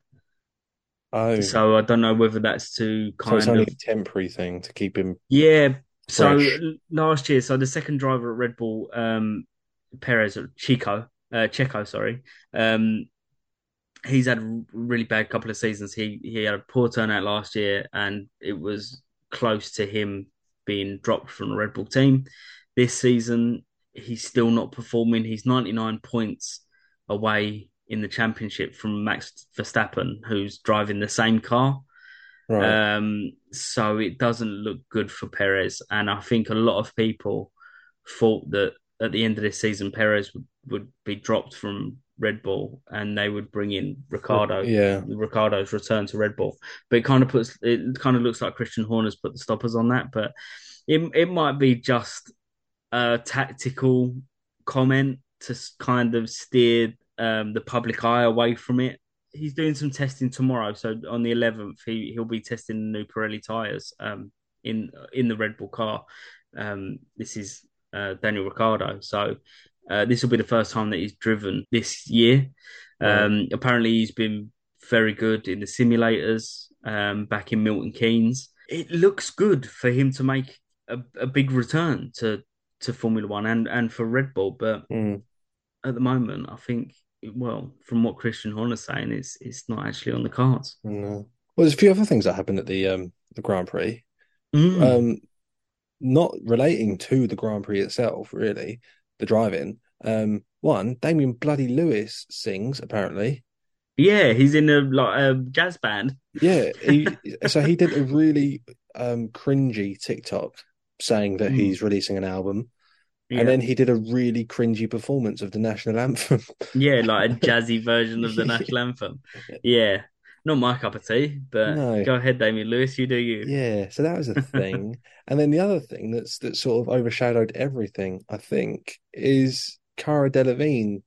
S3: Oh, so,
S2: So I don't know whether that's to kind
S3: it's only
S2: of
S3: a temporary thing to keep him.
S2: yeah. So
S3: Fresh.
S2: l- last year, so the second driver at Red Bull, um, Perez or Chico, uh, Checo, sorry, um, he's had a really bad couple of seasons. He he had a poor turnout last year, and it was close to him being dropped from the Red Bull team. This season, he's still not performing. He's ninety nine points away in the championship from Max Verstappen, who's driving the same car.
S3: Right.
S2: Um, so it doesn't look good for Perez, and I think a lot of people thought that at the end of this season, Perez would, would be dropped from Red Bull, and they would bring in Ricardo.
S3: yeah.
S2: Ricardo's return to Red Bull, but it kind of puts it kind of looks like Christian Horner's put the stoppers on that, but it it might be just a tactical comment to s- kind of steer um, the public eye away from it. He's doing some testing tomorrow, so on the 11th he he'll be testing the new Pirelli tires um, in in the Red Bull car. Um, this is uh, Daniel Ricciardo, so uh, this will be the first time that he's driven this year. Um, Apparently, he's been very good in the simulators um, back in Milton Keynes. It looks good for him to make a, a big return to, to Formula One and, and for Red Bull. But
S3: Mm.
S2: at the moment, I think, well, from what Christian Horner's saying, it's it's not actually on the cards.
S3: No. Well, there's a few other things that happened at the um the Grand Prix.
S2: Mm.
S3: Um, not relating to the Grand Prix itself, really. The driving. Um, one Damien bloody Lewis sings apparently.
S2: yeah, he's in a like a jazz band.
S3: Yeah, he, so he did a really um cringy TikTok saying that
S2: Hmm.
S3: he's releasing an album,
S2: Yeah.
S3: and then he did a really cringy performance of the national anthem.
S2: yeah, like a jazzy version of the national anthem. Yeah, not my cup of tea, but
S3: No.
S2: go ahead, Damien Lewis, you do you.
S3: Yeah, so that was a thing. And then the other thing that's that sort of overshadowed everything, I think, is Cara Delevingne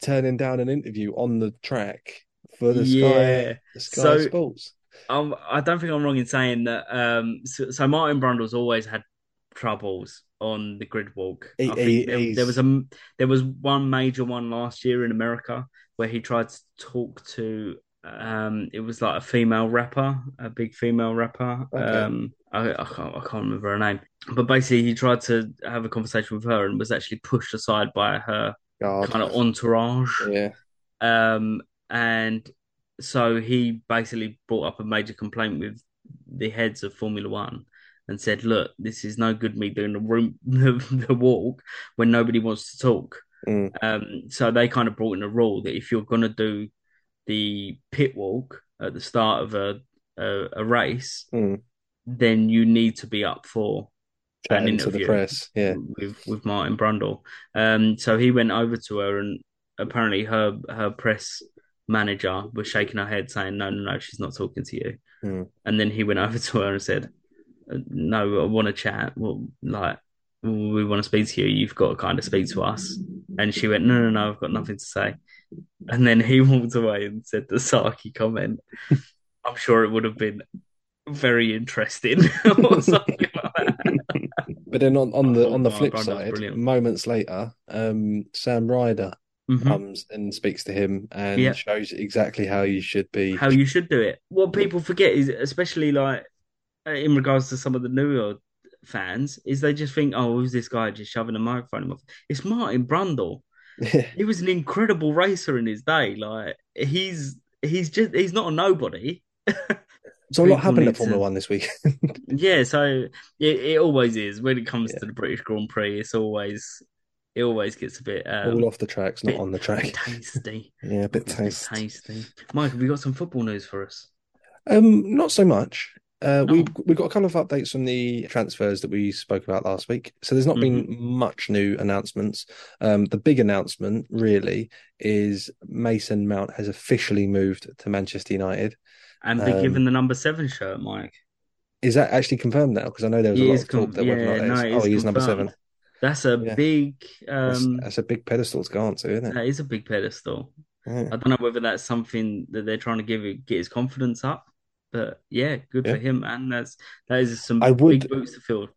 S3: turning down an interview on the track for the
S2: Yeah.
S3: Sky Sky
S2: So-
S3: Sports.
S2: Um, I don't think I'm wrong in saying that. Um, so, so Martin Brundle's always had troubles on the grid walk. I
S3: He-
S2: think
S3: he-
S2: there,
S3: he's-
S2: there was a there was one major one last year in America where he tried to talk to. Um, it was like a female rapper, a big female rapper.
S3: Okay.
S2: Um, I, I can't I can't remember her name, but basically he tried to have a conversation with her and was actually pushed aside by her
S3: God.
S2: kind of entourage.
S3: Oh, Yeah.
S2: Um, and so he basically brought up a major complaint with the heads of Formula One and said, "Look, this is no good me doing the room the, the walk when nobody wants to talk."
S3: Mm.
S2: Um, so they kind of brought in a rule that if you're gonna do the pit walk at the start of a a, a race,
S3: Mm.
S2: then you need to be up for an
S3: Chatting to the
S2: interview
S3: press. Yeah.
S2: with with Martin Brundle. Um, so he went over to her, and apparently her her press manager was shaking her head, saying, "No, no, no, she's not talking to you."
S3: Hmm.
S2: And then he went over to her and said, "Uh, "No, I want to chat. Well, like." We want to speak to you. You've got to kind of speak to us. And she went, No, no, no, I've got nothing to say. And then he walked away and said the Saki comment. I'm sure it would have been very interesting or something like that.
S3: But then on, on the on the
S2: Mm-hmm. Oh,
S3: flip
S2: God, that was
S3: side,
S2: brilliant.
S3: moments later, um, Sam Ryder
S2: Mhm.
S3: comes and speaks to him and
S2: Yeah.
S3: shows exactly how you should be.
S2: how you should do it. What people forget is, especially like uh, in regards to some of the newer fans, is they just think, "Oh, who's this guy just shoving a microphone in my?" f-" It's Martin Brundle. He was an incredible racer in his day. Like he's he's just he's not a nobody.
S3: So a
S2: People
S3: lot happened
S2: need
S3: at Formula
S2: to-
S3: One this week.
S2: Yeah, so it, it always is when it comes
S3: Yeah.
S2: to the British Grand Prix. It's always It always gets a bit um,
S3: All off the tracks, not on the track.
S2: tasty.
S3: Yeah, a bit taste.
S2: tasty. Mike, have you got some football news for us?
S3: Um, not so much. Uh, we
S2: Oh.
S3: we got a couple of updates from the transfers that we spoke about last week. So there's not
S2: Mm-hmm.
S3: been much new announcements. Um, the big announcement really is Mason Mount has officially moved to Manchester United.
S2: And be
S3: Um,
S2: given the number seven shirt, Mike.
S3: Is that actually confirmed now? Because I know there was a
S2: He
S3: lot
S2: is
S3: of talk
S2: con-
S3: that whether or
S2: yeah,
S3: not
S2: no,
S3: it
S2: it
S3: is.
S2: is
S3: Oh, he's number
S2: confirmed.
S3: seven.
S2: That's a
S3: Yeah.
S2: big
S3: That's,
S2: um uh,
S3: that's a big pedestal to go on to, isn't
S2: that
S3: it?
S2: is a big pedestal.
S3: Yeah.
S2: I don't know whether that's something that they're trying to give it, get his confidence up. But yeah, good
S3: Yeah.
S2: for him, man. That's that is some
S3: I would-
S2: big boots to fill.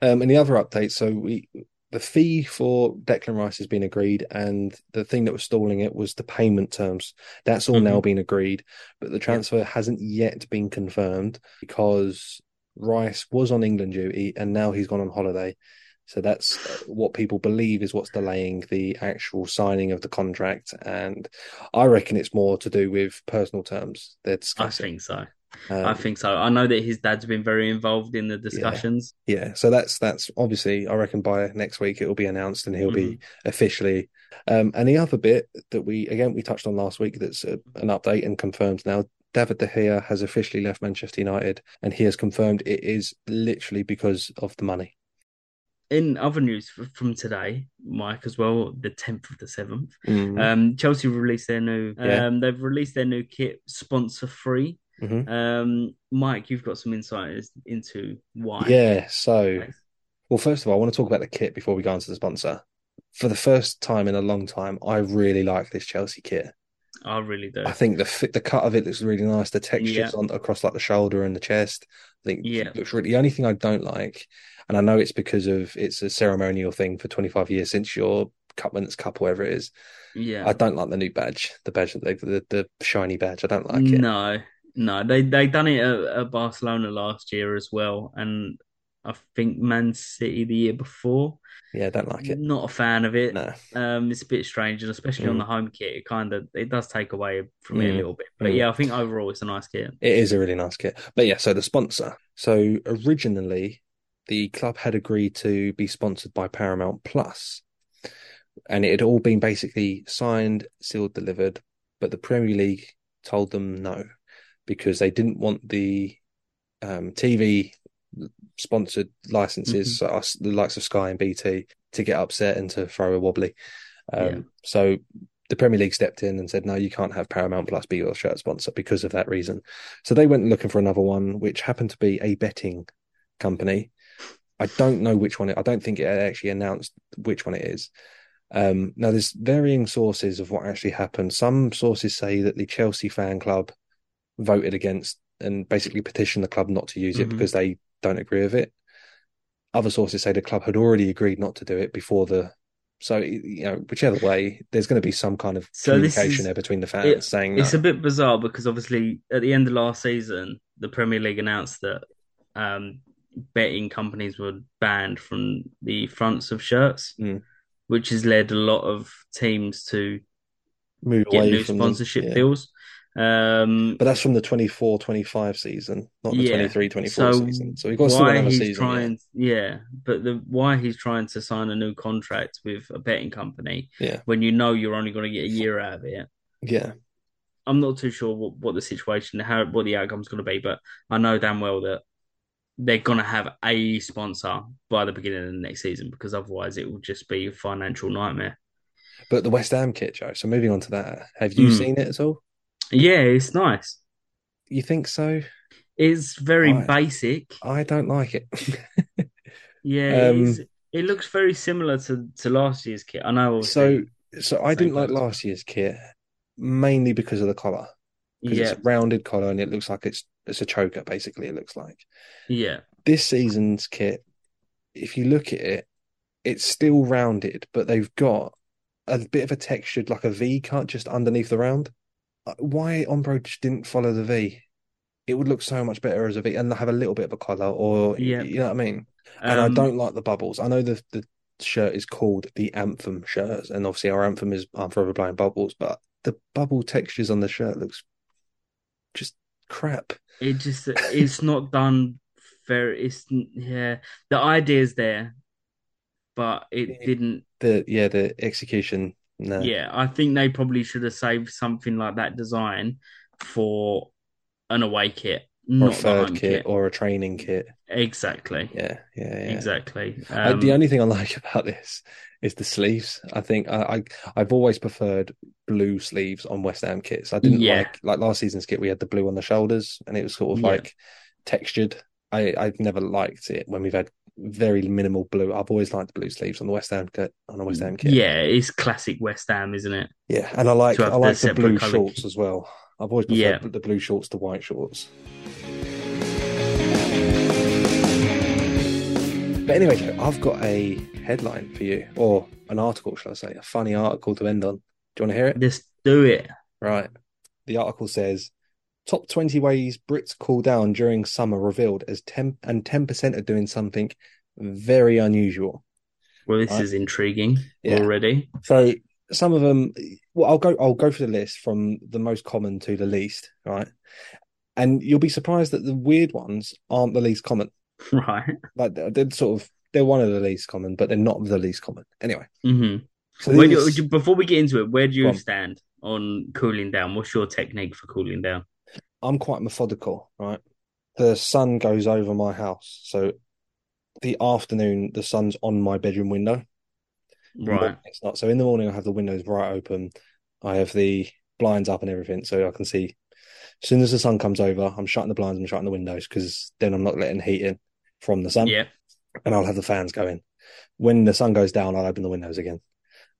S3: Um, and the other update, so we the fee for Declan Rice has been agreed, and the thing that was stalling it was the payment terms. That's all
S2: Mm-hmm.
S3: now been agreed, but the transfer hasn't yet been confirmed because Rice was on England duty and now he's gone on holiday. So that's uh, what people believe is what's delaying the actual signing of the contract, and I reckon it's more to do with personal terms they're
S2: I
S3: discussing.
S2: think so.
S3: Um,
S2: I think so. I know that his dad's been very involved in the discussions.
S3: Yeah, so that's that's obviously I reckon by next week it'll be announced and he'll be officially. Um, and the other bit that we again we touched on last week that's a, an update and confirmed now. David De Gea has officially left Manchester United, and he has confirmed it is literally because of the money.
S2: In other news f- from today, Mike, as well, the 10th of the 7th, Um, Chelsea released their new.
S3: Mm-hmm. Yeah.
S2: Um, they've released their new kit, sponsor free.
S3: Mhm.
S2: Um, Mike, you've got some insight as- into why.
S3: yeah, so
S2: Thanks.
S3: well, first of all, I want to talk about the kit before we go on to the sponsor. For the first time in a long time, I really like this Chelsea kit.
S2: I really do.
S3: I think the fit, the cut of it looks really nice. The textures on across like the shoulder and the chest. I think
S2: Yeah.
S3: it looks really. The only thing I don't like, and I know it's because of it's a ceremonial thing for 25 years since your Cupman's Cup, whatever it is.
S2: yeah.
S3: I don't like the new badge, the badge that they, the the shiny badge. I don't like it.
S2: no, no, they they done it at, at Barcelona last year as well, and I think Man City the year before.
S3: Yeah, I don't like it.
S2: Not a fan of it.
S3: No.
S2: Um, it's a bit strange, and especially on
S3: Mm.
S2: the home kit, it kind of it does take away from it a
S3: Mm.
S2: little bit. But
S3: Mm.
S2: yeah, I think overall it's a nice kit.
S3: It is a really nice kit. But yeah, so the sponsor. So originally, the club had agreed to be sponsored by Paramount Plus, and it had all been basically signed, sealed, delivered. But the Premier League told them no because they didn't want the um, TV sponsored licenses, so us, the likes of Sky and BT, to get upset and to throw a wobbly. Um,
S2: Yeah.
S3: So the Premier League stepped in and said, no, you can't have Paramount Plus be your shirt sponsor because of that reason. So they went looking for another one, which happened to be a betting company. I don't know which one. It, I don't think it actually announced which one it is. Um, now, there's varying sources of what actually happened. Some sources say that the Chelsea fan club voted against and basically petitioned the club not to use it
S2: Mhm.
S3: because they don't agree with it. Other sources say the club had already agreed not to do it before the. So you know, whichever way, there's going to be some kind of
S2: So this
S3: communication
S2: is-
S3: there between the fans
S2: it-
S3: saying
S2: It's
S3: no.
S2: a bit bizarre because obviously at the end of last season, the Premier League announced that um, betting companies were banned from the fronts of shirts,
S3: Mm.
S2: which has led a lot of teams to
S3: move
S2: get
S3: away
S2: new
S3: from
S2: sponsorship
S3: them. Yeah.
S2: deals. Um,
S3: But that's from the 24 25 season, not the
S2: Yeah.
S3: 23 24
S2: So
S3: season. So we've got still
S2: why
S3: another
S2: he's
S3: season. yeah.
S2: trying, yeah. but the why he's trying to sign a new contract with a betting company
S3: Yeah.
S2: when you know you're only going to get a year out of it.
S3: Yeah.
S2: I'm not too sure what, what the situation, how what the outcome's going to be, but I know damn well that they're going to have a sponsor by the beginning of the next season because otherwise it will just be a financial nightmare.
S3: But the West Ham kit, Joe. So moving on to that, have you
S2: Mm.
S3: seen it at all?
S2: Yeah, it's nice.
S3: You think so?
S2: It's very
S3: Right.
S2: basic.
S3: I don't like it.
S2: Yeah, it
S3: Um,
S2: is- it looks very similar to, to last year's kit. I know.
S3: so,
S2: obviously.
S3: so I
S2: Same
S3: didn't like
S2: colours.
S3: last year's kit mainly because of the collar because
S2: yeah,
S3: it's a rounded collar and it looks like it's it's a choker. Basically, it looks like
S2: yeah,
S3: this season's kit. If you look at it, it's still rounded, but they've got a bit of a textured like a V cut just underneath the round. Uh, Why Ombro just didn't follow the V? It would look so much better as a V and have a little bit of a collar, or
S2: Yeah.
S3: you know what I mean. And I
S2: Um,
S3: don't like the bubbles. I know the the shirt is called the Anthem shirt, and obviously our anthem is I'm Forever Blind Bubbles, but the bubble textures on the shirt looks just crap.
S2: It just it's not done very. It's yeah. The idea's there. but it
S3: Yeah.
S2: didn't.
S3: The yeah, the execution. No.
S2: Yeah, I think they probably should have saved something like that design for an away kit,
S3: Or
S2: not
S3: a
S2: the
S3: third
S2: home
S3: kit,
S2: kit.
S3: or a training kit.
S2: Exactly.
S3: Yeah, yeah, yeah.
S2: Exactly.
S3: I- the
S2: Um,
S3: only thing I like about this is the sleeves. I think I, I I've always preferred blue sleeves on West Ham kits. I didn't
S2: Yeah.
S3: like like last season's kit. We had the blue on the shoulders, and it was sort of
S2: Yeah.
S3: like textured. I I've never liked it when we've had very minimal blue. I've always liked blue sleeves on the West Ham kit on a West Ham kit.
S2: Yeah, it's classic West Ham, isn't it?
S3: yeah, and I like
S2: To have
S3: I
S2: the
S3: like the
S2: separate
S3: blue
S2: coloured
S3: shorts
S2: kit.
S3: as well. I've always
S2: Yeah.
S3: preferred the blue shorts to white shorts. But anyway, Joe, I've got a headline for you, or an article, shall I say, a funny article to end on. Do you want to hear it?
S2: Just do it.
S3: Right. The article says top 20 ways Brits cool down during summer revealed as 10 and 10% are doing something very unusual.
S2: Well, this
S3: Right.
S2: is intriguing
S3: Yeah.
S2: already.
S3: So some of them, well, I'll go, I'll go through the list from the most common to the least, right? And you'll be surprised that the weird ones aren't the least common.
S2: Right.
S3: Like they're, they're sort of, they're one of the least common, but they're not the least common. Anyway.
S2: hmm
S3: So
S2: Where do,
S3: these-
S2: you- do- before we get into it, where do
S3: Go
S2: you
S3: on.
S2: stand on cooling down? What's your technique for cooling down?
S3: I'm quite methodical, right? The sun goes over my house. So the afternoon, the sun's on my bedroom window.
S2: Right.
S3: It's not. So in the morning, I have the windows right open. I have the blinds up and everything. So I can see. As soon as the sun comes over, I'm shutting the blinds and shutting the windows because then I'm not letting heat in from the sun
S2: Yeah.
S3: and I'll have the fans going. When the sun goes down, I'll open the windows again.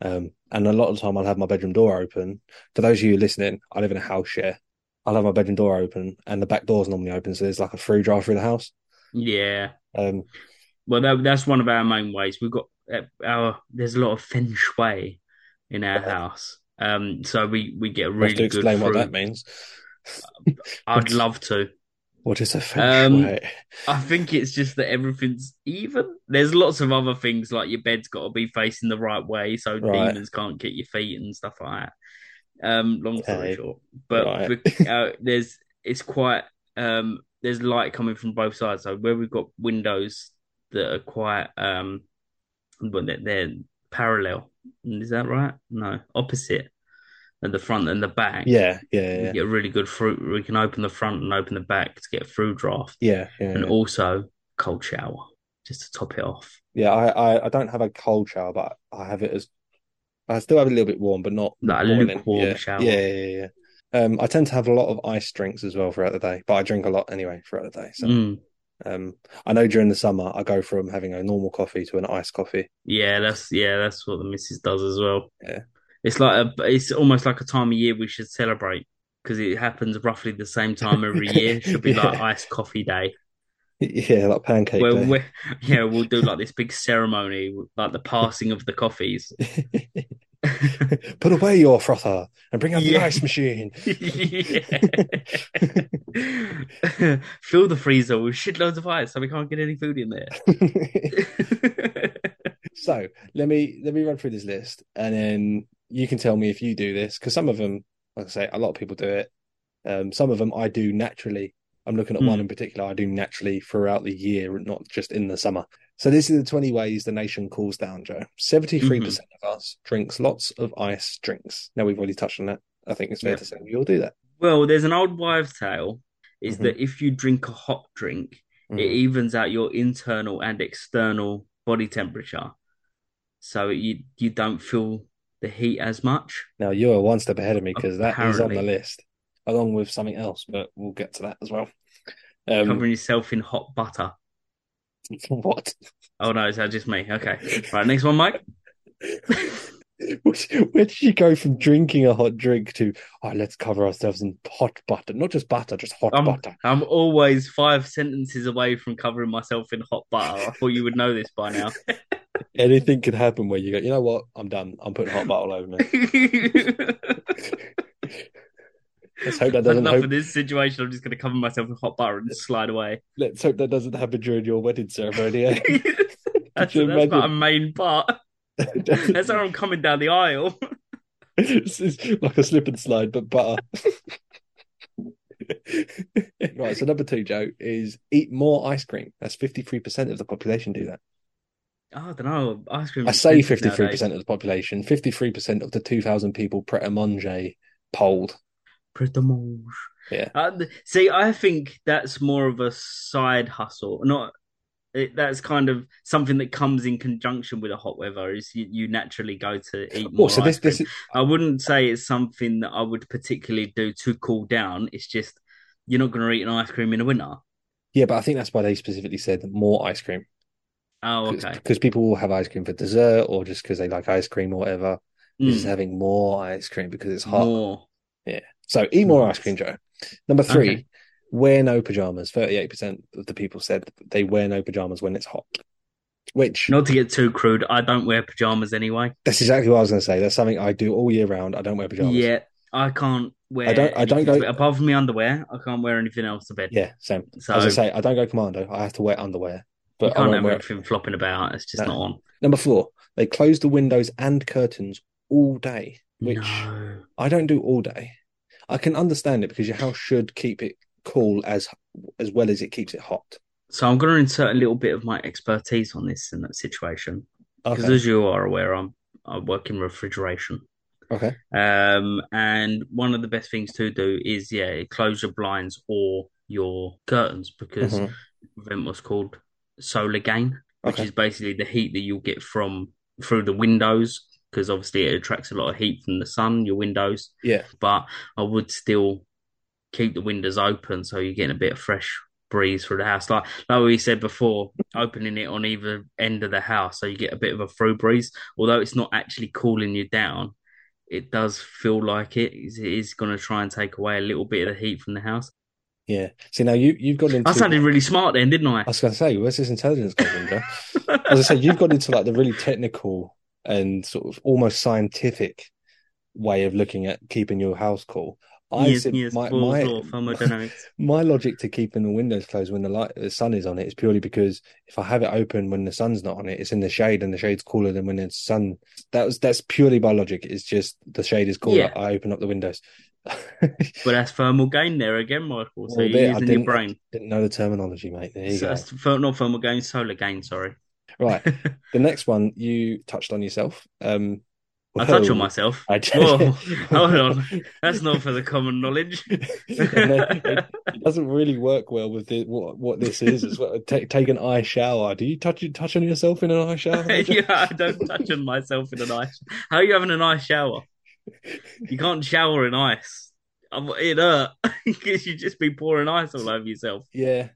S3: Um, and a lot of the time, I'll have my bedroom door open. For those of you listening, I live in a house share. I'll have my bedroom door open, and the back door's normally open, so there's like a through drive through the house.
S2: Yeah.
S3: Um,
S2: Well, that, that's one of our main ways. We've got uh, our there's a lot of feng shui in our
S3: Right.
S2: house. Um, so we we get a
S3: we
S2: really
S3: have to
S2: good
S3: explain what
S2: fruit.
S3: that means.
S2: I'd love to.
S3: What is a feng
S2: Um,
S3: shui?
S2: I think it's just that everything's even. There's lots of other things like your bed's got to be facing the right way so
S3: Right.
S2: demons can't get your feet and stuff like that. Um, long story
S3: Okay.
S2: short, but
S3: Right.
S2: bec- uh, there's it's quite um there's light coming from both sides. So where we've got windows that are quite um, but they're, they're parallel. Is that right? No, opposite at the front and the back.
S3: yeah, yeah,
S2: We
S3: yeah,
S2: get really good fruit. We can open the front and open the back to get through draft
S3: yeah, yeah.
S2: and
S3: yeah.
S2: also cold shower just to top it off.
S3: Yeah, I, I, I don't have a cold shower, but I have it as I still have it a little bit warm, but not
S2: Like a
S3: boiling.
S2: lukewarm
S3: yeah.
S2: shower.
S3: Yeah, yeah, yeah. Um, I tend to have a lot of ice drinks as well throughout the day, but I drink a lot anyway throughout the day. So,
S2: Mm.
S3: um, I know during the summer I go from having a normal coffee to an iced coffee.
S2: Yeah, that's yeah, that's what the missus does as well.
S3: Yeah.
S2: It's like a, it's almost like a time of year we should celebrate because it happens roughly the same time every year. It should be like
S3: Yeah.
S2: iced coffee day.
S3: Yeah, like pancake
S2: Where
S3: day.
S2: we yeah, we'll do like this big ceremony, like the passing of the coffees.
S3: Put away your frother and bring out the
S2: Yeah.
S3: ice machine.
S2: Yeah. Fill the freezer with shitloads of ice so we can't get any food in there.
S3: So let me let me run through this list, and then you can tell me if you do this because some of them, like I say, a lot of people do it. Um, some of them I do naturally. I'm looking
S2: Hmm.
S3: at one in particular I do naturally throughout the year, not just in the summer. So this is the 20 ways the nation cools down, Joe. 73%
S2: Mm-hmm.
S3: percent of us drinks lots of ice drinks. Now we've already touched on that. I think it's fair
S2: Yeah.
S3: to say we all do that.
S2: Well, there's an old wives' tale is
S3: Mhm.
S2: that if you drink a hot drink,
S3: Mm-hmm.
S2: it evens out your internal and external body temperature. So you you don't feel the heat as much.
S3: Now you are one step ahead of me because that is on the
S2: Apparently.
S3: list, along with something else, but we'll get to that as well. Um,
S2: Covering yourself in hot butter.
S3: what?
S2: Oh no, is that just me? Okay. Right, next one, Mike.
S3: Which- Where did you go from drinking a hot drink to, oh, let's cover ourselves in hot butter? Not just butter, just hot
S2: Um,
S3: butter.
S2: I'm always five sentences away from covering myself in hot butter. I thought you would know this by now.
S3: Anything could happen where you go, you know what? I'm done. I'm putting hot butter all over me. Let's hope that
S2: I've had
S3: doesn't
S2: enough
S3: hope-
S2: of this situation. I'm just going to cover myself in hot butter and slide away.
S3: Let's hope that doesn't happen during your wedding ceremony. eh?
S2: that's,
S3: you
S2: that's not a
S3: imagine?
S2: main part. That's how I'm coming down the aisle.
S3: It's- it's like a slip and slide, but butter. Right, so number two, Joe, is eat more ice cream. That's 53% of the population do that.
S2: Oh, I don't know. Ice cream.
S3: I say 53% of the population, 53% of the 2,000 people Pret a Manger polled.
S2: Pretty much.
S3: Yeah.
S2: Uh, th- see, I think that's more of a side hustle. Not it, that's kind of something that comes in conjunction with a hot weather. Is you, you naturally go to eat more.
S3: Oh, so this,
S2: ice cream.
S3: this is,
S2: I wouldn't say it's something that I would particularly do to cool down. It's just you're not going to eat an ice cream in the winter.
S3: yeah, but I think that's why they specifically said more ice cream.
S2: Oh,
S3: Because
S2: okay.
S3: people will have ice cream for dessert or just because they like ice cream or whatever. This is
S2: Mm,
S3: having more ice cream because it's hot.
S2: more.
S3: So eat more ice cream, Joe. Number three,
S2: Okay.
S3: wear no pajamas. Thirty-eight percent of the people said they wear no pajamas when it's hot. Which
S2: Not to get too crude, I don't wear pajamas anyway.
S3: that's exactly what I was going to say. That's something I do all year round. I don't wear pajamas.
S2: Yeah, I can't wear.
S3: I don't- I don't
S2: anything
S3: go-
S2: to it. above my underwear. I can't wear anything else to bed.
S3: yeah, same.
S2: so
S3: As I say, I don't go commando. I have to wear underwear.
S2: you
S3: But I
S2: can't
S3: won't
S2: have
S3: wear.
S2: everything flopping about. It's just
S3: No.
S2: not on.
S3: Number four, they close the windows and curtains all day, which
S2: No.
S3: I don't do all day. I can understand it because your house should keep it cool as as well as it keeps it hot.
S2: So I'm going to insert a little bit of my expertise on this in that situation because,
S3: Okay.
S2: as you are aware, I'm I work in refrigeration.
S3: Okay.
S2: Um, and one of the best things to do is yeah, close your blinds or your curtains because
S3: Mhm.
S2: prevent what's called solar gain, which
S3: Okay.
S2: is basically the heat that you'll get from through the windows because obviously it attracts a lot of heat from the sun, your windows.
S3: Yeah.
S2: But I would still keep the windows open so you're getting a bit of fresh breeze through the house. Like like we said before, opening it on either end of the house so you get a bit of a through breeze. Although it's not actually cooling you down, it does feel like it. It is going to try and take away a little bit of the heat from the house.
S3: Yeah. See now you you've got into.
S2: I sounded really smart then, didn't I?
S3: I was going to say, where's this intelligence coming from? As I said, you've got into like the really technical and sort of almost scientific way of looking at keeping your house cool. I
S2: yes,
S3: said
S2: yes,
S3: my,
S2: Bohr's
S3: my,
S2: law, thermodynamics.
S3: my logic to keeping the windows closed when the light the sun is on it is purely because if I have it open when the sun's not on it, it's in the shade and the shade's cooler than when it's sun. That was that's purely by logic. It's just the shade is
S2: Yeah.
S3: cooler. I open up the windows.
S2: but that's thermal gain there again, Michael. So
S3: Well,
S2: you're
S3: there, I
S2: using your
S3: didn't-
S2: brain.
S3: Didn't know the terminology, mate. There you
S2: So
S3: go.
S2: that's ther- not thermal gain, solar gain, sorry.
S3: Right. The next one you touched on yourself. Um,
S2: I touch
S3: whoa.
S2: on myself.
S3: I
S2: Whoa, hold on. That's not for the common knowledge.
S3: And then it it doesn't really work well with the, what what this is. It's what, take take an eye shower. Do you touch you touch on yourself in an eye shower?
S2: yeah, I don't touch on myself in an ice. How are you having an ice shower? You can't shower in ice. I'm, it hurt because you'd just be pouring ice all over yourself.
S3: Yeah.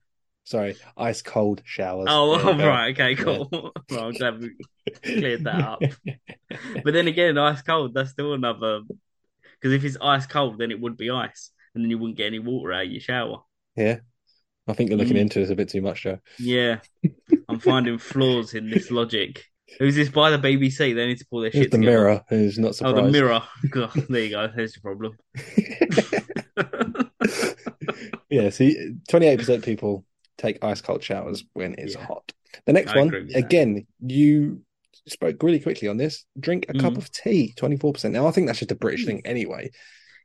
S3: Sorry, ice cold showers.
S2: Oh,
S3: There you go.
S2: right, okay, cool. Well, I'm glad we cleared that up. But then again, ice cold, that's still another. Because if it's ice cold, then it would be ice, and then you wouldn't get any water out of your shower.
S3: I think you're looking
S2: Mm.
S3: into this a bit too much, Joe.
S2: Yeah, I'm finding flaws in this logic. Who's this by the BBC? They need to pull their
S3: It's
S2: shit
S3: the
S2: together.
S3: mirror who's not
S2: Oh,
S3: surprised.
S2: the mirror. God, there you go. There's your problem.
S3: yeah, see, 28% people take ice cold showers when it's
S2: Yeah.
S3: hot. The next
S2: I
S3: one,
S2: agree with that.
S3: again, you spoke really quickly on this. Drink a cup
S2: Mhm.
S3: of tea, 24%. Now, I think that's just a British thing
S2: Mm.
S3: anyway.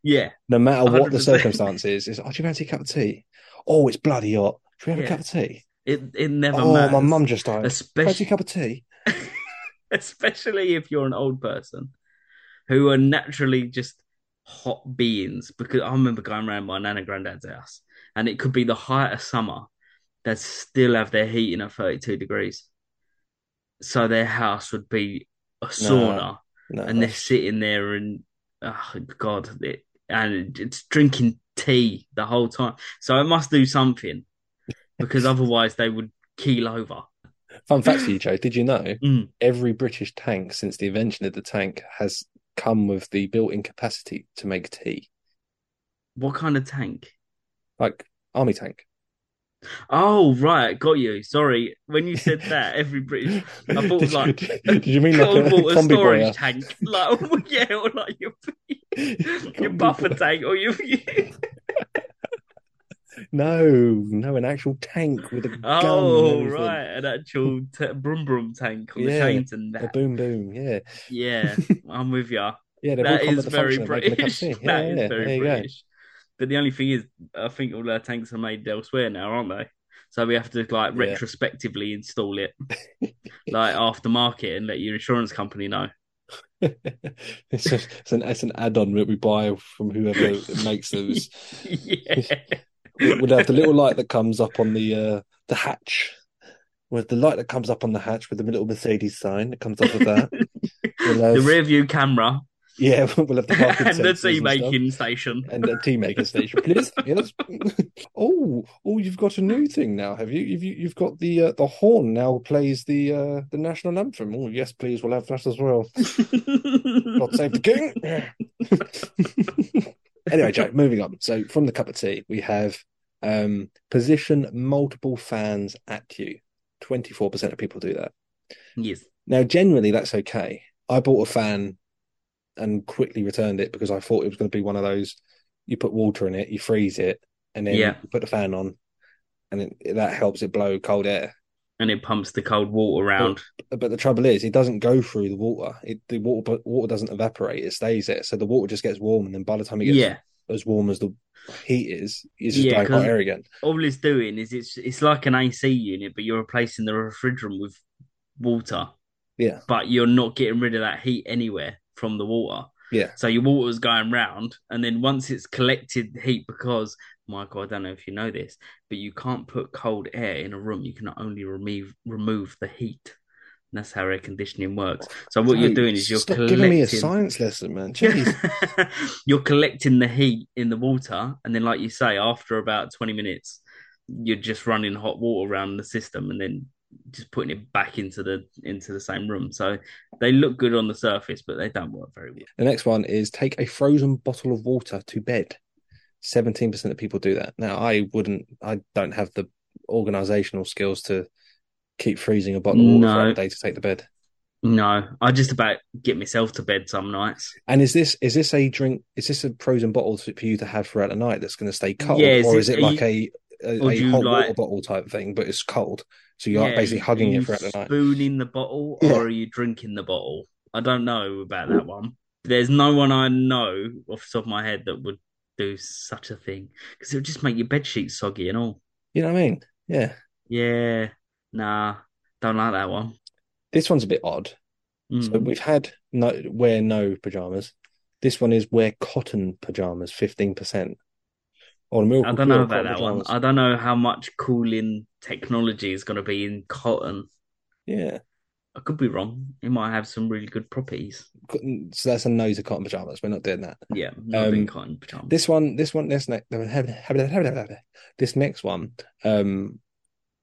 S2: yeah,
S3: No matter what the
S2: 100%.
S3: circumstance is, it's, oh, do you fancy a cup of tea? Oh, it's bloody hot. Should we have a
S2: Yeah.
S3: cup of tea?
S2: it it never
S3: oh,
S2: matters.
S3: my mum just died. Fancy a
S2: especially
S3: cup of tea?
S2: especially if you're an old person who are naturally just hot beings. Because I remember going around my nana granddad's house, and it could be the height of summer. They'd still have their heating at 32 degrees. So their house would be a sauna,
S3: No,
S2: and they're sitting there and oh god, it, and it's drinking tea the whole time. So I must do something because otherwise they would keel over.
S3: Fun fact for you, Joe. Did you know
S2: Mm.
S3: every British tank since the invention of the tank has come with the built-in capacity to make tea,
S2: What kind of tank?
S3: like army tank?
S2: Oh right, got you. Sorry, when you said that, every British I thought it was
S3: did,
S2: like
S3: you, did you mean
S2: cold
S3: like a
S2: water
S3: combi
S2: storage
S3: boiler?
S2: tank, like oh, yeah, or like your your
S3: Combi
S2: buffer
S3: boiler.
S2: tank, or your
S3: No, no, an actual tank with a gun. and
S2: oh
S3: everything.
S2: right, an actual t- brum brum tank on the
S3: Yeah,
S2: chains and
S3: A
S2: that.
S3: boom boom, yeah,
S2: Yeah, I'm with ya.
S3: yeah. They've all
S2: That
S3: come
S2: is
S3: with the
S2: very
S3: function of making a cup of
S2: British.
S3: tea.
S2: That is
S3: Yeah, yeah,
S2: very
S3: there you go.
S2: British. But the only thing is, I think all our tanks are made elsewhere now, aren't they? So we have to like
S3: Yeah.
S2: retrospectively install it, like aftermarket, and let your insurance company know.
S3: it's, just, it's an it's an add-on that we buy from whoever makes those.
S2: yeah,
S3: It would have the little light that comes up on the uh, the hatch, with the light that comes up on the hatch with the little Mercedes sign that comes up with that. We'll have-
S2: the rear view camera
S3: yeah, we'll have the parking
S2: and the
S3: sensors and
S2: tea
S3: stuff.
S2: making station.
S3: and a tea maker station, please. Yes. oh, oh, you've got a new thing now, have you? You've you, you've got the uh, the horn now plays the uh, the national anthem. Oh, yes, please, we'll have that as well. God save the king. anyway, Joe, moving on. So from the cup of tea, we have um, position multiple fans at you. Twenty four percent of people do that.
S2: yes.
S3: Now, generally, that's okay. I bought a fan and quickly returned it because I thought it was going to be one of those you put water in it, you freeze it, and then
S2: Yeah.
S3: you put the fan on, and it, that helps it blow cold air.
S2: And it pumps the cold water around.
S3: But the trouble is, it doesn't go through the water. It, the water water doesn't evaporate; it stays there. So the water just gets warm, and then by the time it gets
S2: yeah.
S3: as warm as the heat is, it's just
S2: Yeah,
S3: blowing
S2: 'cause-
S3: hot air again.
S2: All it's doing is it's it's like an AC unit, but you're replacing the refrigerant with water.
S3: Yeah.
S2: But you're not getting rid of that heat anywhere from the water.
S3: Yeah.
S2: So your water's going round, and then once it's collected heat, because Michael, I don't know if you know this, but you can't put cold air in a room. You can only remove remove the heat. And that's how air conditioning works. So what you're
S3: Dude,
S2: doing is you're
S3: stop
S2: collecting.
S3: giving me a science lesson, man. Jeez.
S2: you're collecting the heat in the water, and then, like you say, after about 20 minutes, you're just running hot water around the system, and then just putting it back into the into the same room. So they look good on the surface, but they don't work very well.
S3: The next one is take a frozen bottle of water to bed. 17% of people do that. Now, I wouldn't, I don't have the organizational skills to keep freezing a bottle of water
S2: No.
S3: throughout the day to take to bed.
S2: No, I just about get myself to bed some nights.
S3: And is this is this a drink? Is this a frozen bottle for you to have throughout the night that's going to stay cold,
S2: Yeah, is
S3: or
S2: it-
S3: is it
S2: are
S3: like a a,
S2: or
S3: a
S2: do you
S3: hot water
S2: like-
S3: bottle type thing, but it's cold, so you're
S2: Yeah,
S3: basically hugging
S2: are
S3: it
S2: you
S3: throughout the night?
S2: Spooning the bottle,
S3: Yeah.
S2: or are you drinking the bottle? I don't know about that one. There's no one I know off the top of my head that would do such a thing because it would just make your bed sheets soggy and all.
S3: You know what I mean? Yeah.
S2: Yeah, nah, don't like that one.
S3: This one's a bit odd. So
S2: Mm.
S3: we've had no wear no pajamas. This one is wear cotton pajamas, fifteen percent. Or
S2: I
S3: miracle
S2: don't know
S3: Cure
S2: about
S3: cotton
S2: that one.
S3: pajamas.
S2: I don't know how much cooling technology is going to be in cotton.
S3: Yeah,
S2: I could be wrong. It might have some really good properties.
S3: Cotton- so that's a no to cotton pajamas. We're not doing that.
S2: Yeah, not
S3: Um,
S2: doing cotton pajamas.
S3: This one, this one, this next, this next one. Um,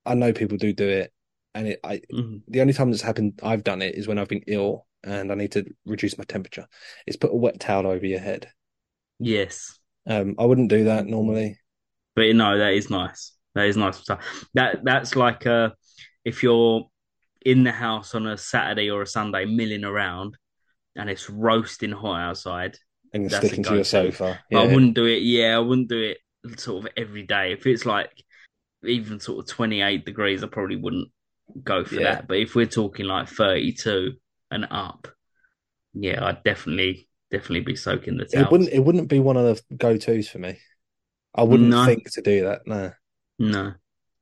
S3: I know people do do it, and it. I
S2: Mhm.
S3: the only time that's happened I've done it is when I've been ill and I need to reduce my temperature. Is put a wet towel over your head.
S2: Yes.
S3: Um, I wouldn't do that normally.
S2: But no, that is nice. That is nice stuff. That that's like uh if you're in the house on a Saturday or a Sunday milling around and it's roasting hot outside.
S3: And you're
S2: That's a
S3: sticking to your
S2: go-to.
S3: sofa.
S2: But I
S3: Yeah.
S2: wouldn't do it. Yeah, I wouldn't do it sort of every day. If it's like even sort of 28 degrees, I probably wouldn't go for
S3: Yeah.
S2: that. But if we're talking like 32 and up, yeah, I'd definitely definitely be soaking the
S3: It
S2: towels.
S3: wouldn't. It wouldn't be one of the go tos for me. I wouldn't
S2: No.
S3: think to do that. No.
S2: No.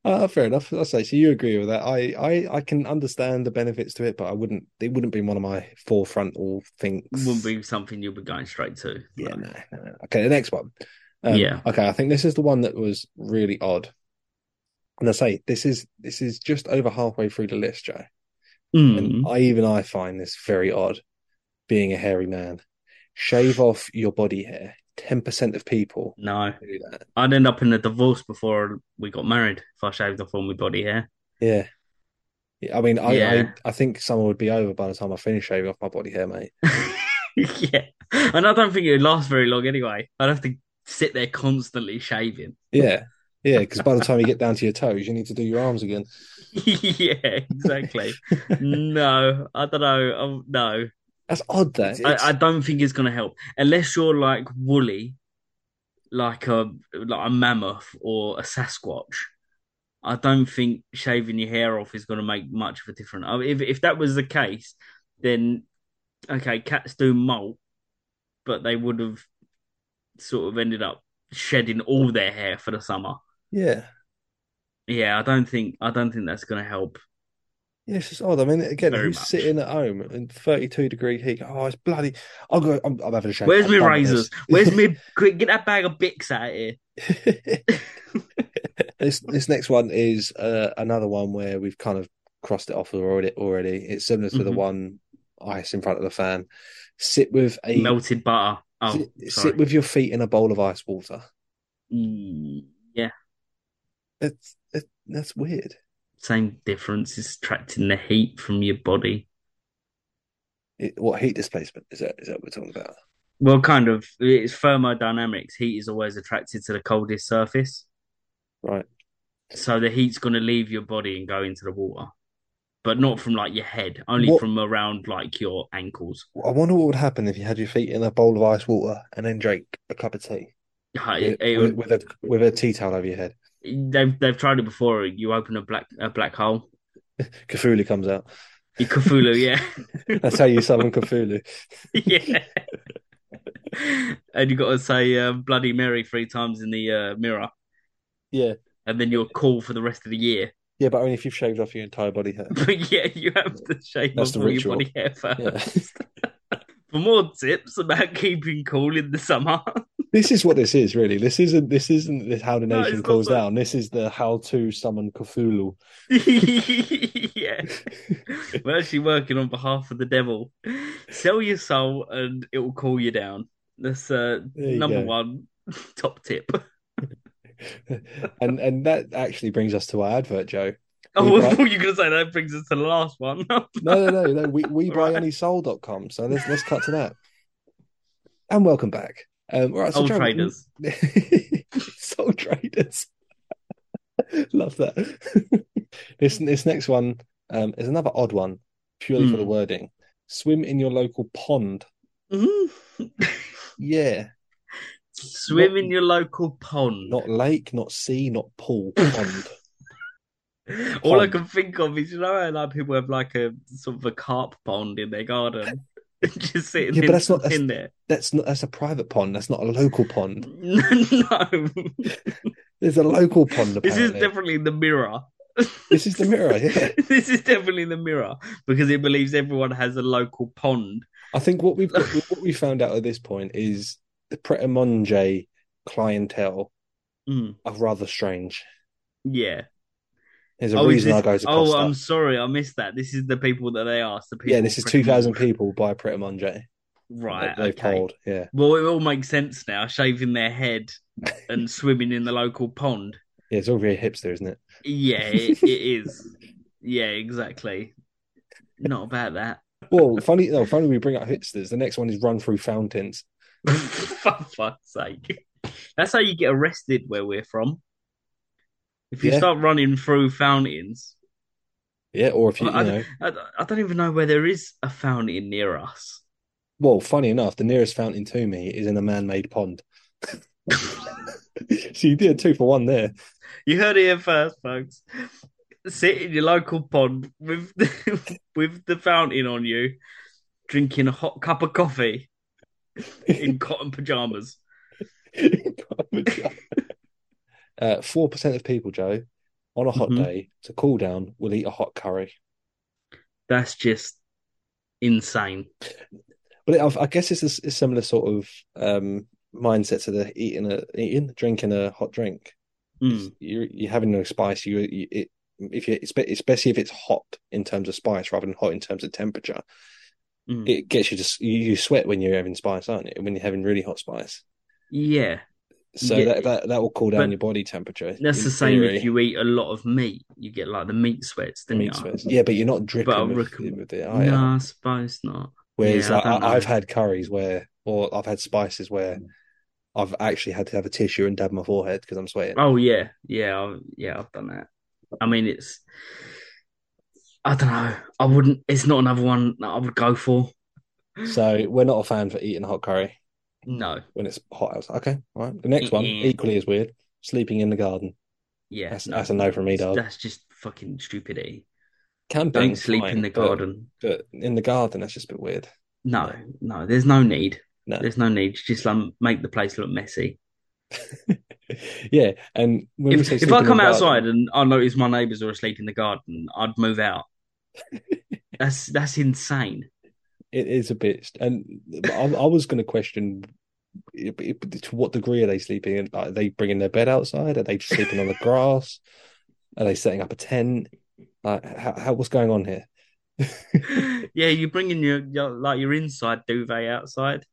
S3: Uh, fair enough. I say so. You agree with that? I, I, I can understand the benefits to it, but I wouldn't. It wouldn't be one of my forefrontal things.
S2: Wouldn't be something you'd be going straight to.
S3: Yeah. No, no, no. Okay. The next one. Um,
S2: Yeah.
S3: Okay. I think this is the one that was really odd. And I say this is this is just over halfway through the list, Joe.
S2: Mm.
S3: And I even I find this very odd. Being a hairy man, shave off your body hair. Ten percent of people
S2: No.
S3: do that.
S2: I'd end up in a divorce before we got married if I shaved off all my body hair.
S3: Yeah. Yeah, I mean, I,
S2: Yeah.
S3: I I think summer would be over by the time I finish shaving off my body hair, mate.
S2: yeah. And I don't think it would last very long anyway. I'd have to sit there constantly shaving.
S3: Yeah, yeah, because by the time you get down to your toes, you need to do your arms again.
S2: yeah, exactly. no, I don't know. Um, no,
S3: That's odd, that.
S2: I,
S3: It's-
S2: I don't think it's going to help unless you're like woolly, like a like a mammoth or a Sasquatch. I don't think shaving your hair off is going to make much of a difference. I mean, if if that was the case, then okay, cats do molt, but they would have sort of ended up shedding all their hair for the summer.
S3: yeah,
S2: Yeah, I don't think I don't think that's going to help.
S3: Yeah, it's just odd. I mean, again,
S2: Very
S3: who's
S2: much.
S3: sitting at home in 32 degree heat? Oh, it's bloody. I'll go, I'm, I'm having a shave.
S2: Where's
S3: I'm
S2: my
S3: done with
S2: razors?
S3: this.
S2: Where's my quick? Get that bag of Bix out of here.
S3: this this next one is uh, another one where we've kind of crossed it off already. Already, it's similar to the
S2: Mhm.
S3: one ice in front of the fan. Sit with a
S2: Melted butter. Oh,
S3: sit, sit
S2: sorry.
S3: with your feet in a bowl of ice water.
S2: Mm, Yeah,
S3: It's it, that's weird.
S2: same difference. It's attracting the heat from your body.
S3: It, what heat displacement is that? Is that what we're talking about?
S2: Well, kind of. It's thermodynamics. Heat is always attracted to the coldest surface.
S3: Right.
S2: So the heat's going to leave your body and go into the water, but not from like your head, only
S3: What-
S2: from around like your ankles.
S3: I wonder what would happen if you had your feet in a bowl of ice water and then drank a cup of tea
S2: Uh,
S3: with,
S2: It, it
S3: with,
S2: would-
S3: with a with a tea towel over your head.
S2: they've they've tried it before. You open a black a black hole.
S3: Cthulhu comes out.
S2: You Cthulhu, yeah,
S3: That's how you summon Cthulhu.
S2: yeah. and you got to say uh, "Bloody Mary" three times in the uh, mirror.
S3: Yeah.
S2: and then you're cool for the rest of the year.
S3: Yeah, but only if you've shaved off your entire body hair.
S2: But yeah, you have to shave
S3: That's
S2: off
S3: the
S2: all your
S3: ritual.
S2: body hair first.
S3: Yeah.
S2: For more tips about keeping cool in the summer,
S3: This is what this is, really. This isn't this isn't this how the
S2: No,
S3: nation
S2: it's not
S3: calls
S2: that.
S3: down. This is the how to summon Cthulhu.
S2: yeah, we're actually working on behalf of the devil. Sell your soul, and it will cool you down. That's uh,
S3: There you
S2: number
S3: go.
S2: one top tip.
S3: and and that actually brings us to our advert, Joe.
S2: Oh,
S3: We
S2: well,
S3: buy-
S2: you're gonna say that brings us to the last one.
S3: No, no, no, no. We we buy
S2: Right.
S3: any soul.com. So let's let's cut to that. And welcome back. Um all right, so
S2: Old
S3: Joe,
S2: traders.
S3: soul traders. Love that. this this next one um is another odd one, purely for
S2: Hmm.
S3: the wording. Swim in your local pond. Mm-hmm. Yeah.
S2: Swim
S3: Not-
S2: in your local pond.
S3: Not lake, not sea, not pool, pond.
S2: All I
S3: pond.
S2: can think of is you know how like people have like a sort of a carp pond in their garden, just sitting
S3: Yeah, but
S2: in,
S3: that's not- that's-
S2: in there.
S3: That's not that's a private pond. That's not a local pond.
S2: no,
S3: There's a local pond. Apparently.
S2: this is definitely the mirror.
S3: This is the mirror. Yeah,
S2: this is definitely the mirror because it believes everyone has a local pond.
S3: I think what we've what we found out at this point is the Pret-a-Manger clientele
S2: Mm,
S3: are rather strange.
S2: yeah.
S3: There's a
S2: Oh, is
S3: reason I
S2: this-
S3: go to
S2: oh,
S3: Costa.
S2: I'm sorry, I missed that. This is the people that they asked. The people
S3: yeah, this is two thousand people by Pret-a-Manger.
S2: Right.
S3: they
S2: okay.
S3: polled. Yeah,
S2: Well, it all makes sense now. Shaving their head and swimming in the local pond.
S3: yeah, it's all very hipster, isn't it?
S2: Yeah, it, it is. Yeah, exactly. Not about that.
S3: Well, funny. No, funny. We bring up hipsters. The next one is run through fountains.
S2: For fuck's sake. That's how you get arrested where we're from. If you
S3: Yeah.
S2: start running through fountains,
S3: Yeah, or if you,
S2: Well,
S3: you know,
S2: I, I don't even know where there is a fountain near us.
S3: Well, funny enough, the nearest fountain to me is in a man-made pond. So you did a two for one there.
S2: You heard it here first, folks. Sit in your local pond with the, with the fountain on you, drinking a hot cup of coffee in cotton pajamas.
S3: Uh, 4% of people, Joe, on a hot
S2: Mhm.
S3: day to cool down will eat a hot curry.
S2: That's just insane.
S3: But I, I guess it's a, s- a similar sort of um, mindset to the eating a eating, drinking a hot drink.
S2: Mm,
S3: You're, you're having no spice. You, you it, if you espe- especially if it's hot in terms of spice rather than hot in terms of temperature,
S2: mm.
S3: it gets you just you, you sweat when you're having spice, aren't you? When you're having really hot spice.
S2: Yeah,
S3: So
S2: Yeah.
S3: that, that that will cool down
S2: But
S3: your body temperature.
S2: that's
S3: in
S2: the same
S3: theory.
S2: if you eat a lot of meat. You get like the meat sweats, then you?
S3: meat sweats. Oh, Yeah, but you're not dripping
S2: But I
S3: with,
S2: reckon-
S3: with the iron.
S2: No, I suppose not.
S3: Whereas
S2: yeah, I
S3: like,
S2: don't know.
S3: I I've had curries where, or I've had spices where, I've actually had to have a tissue and dab my forehead because I'm sweating.
S2: Oh yeah, yeah, I've, yeah. I've done that. I mean, it's. I don't know. I wouldn't. It's not another one that I would go for.
S3: So we're not a fan for eating hot curry
S2: No.
S3: when it's hot outside. Okay, all right. The next one
S2: Yeah.
S3: equally is weird. Sleeping in the garden.
S2: Yeah.
S3: That's
S2: no.
S3: that's a no from me, dog.
S2: That's just fucking stupidity.
S3: Camping,
S2: Don't sleep
S3: fine,
S2: in the
S3: but-
S2: garden.
S3: But in the garden, that's just a bit weird.
S2: No, no. There's no need.
S3: No.
S2: There's no need. Just um, make the place look messy.
S3: yeah, and when we
S2: If,
S3: say
S2: if
S3: sleep
S2: I
S3: in the
S2: come
S3: garden-
S2: outside and I notice my neighbours are asleep in the garden, I'd move out. that's that's insane.
S3: It is a bit, and I, I was going to question it- it- to what degree are they sleeping? in? Are they bringing their bed outside? Are they just sleeping on the grass? Are they setting up a tent? Like, how, how what's going on here?
S2: yeah, you're bringing your, your like your inside duvet outside,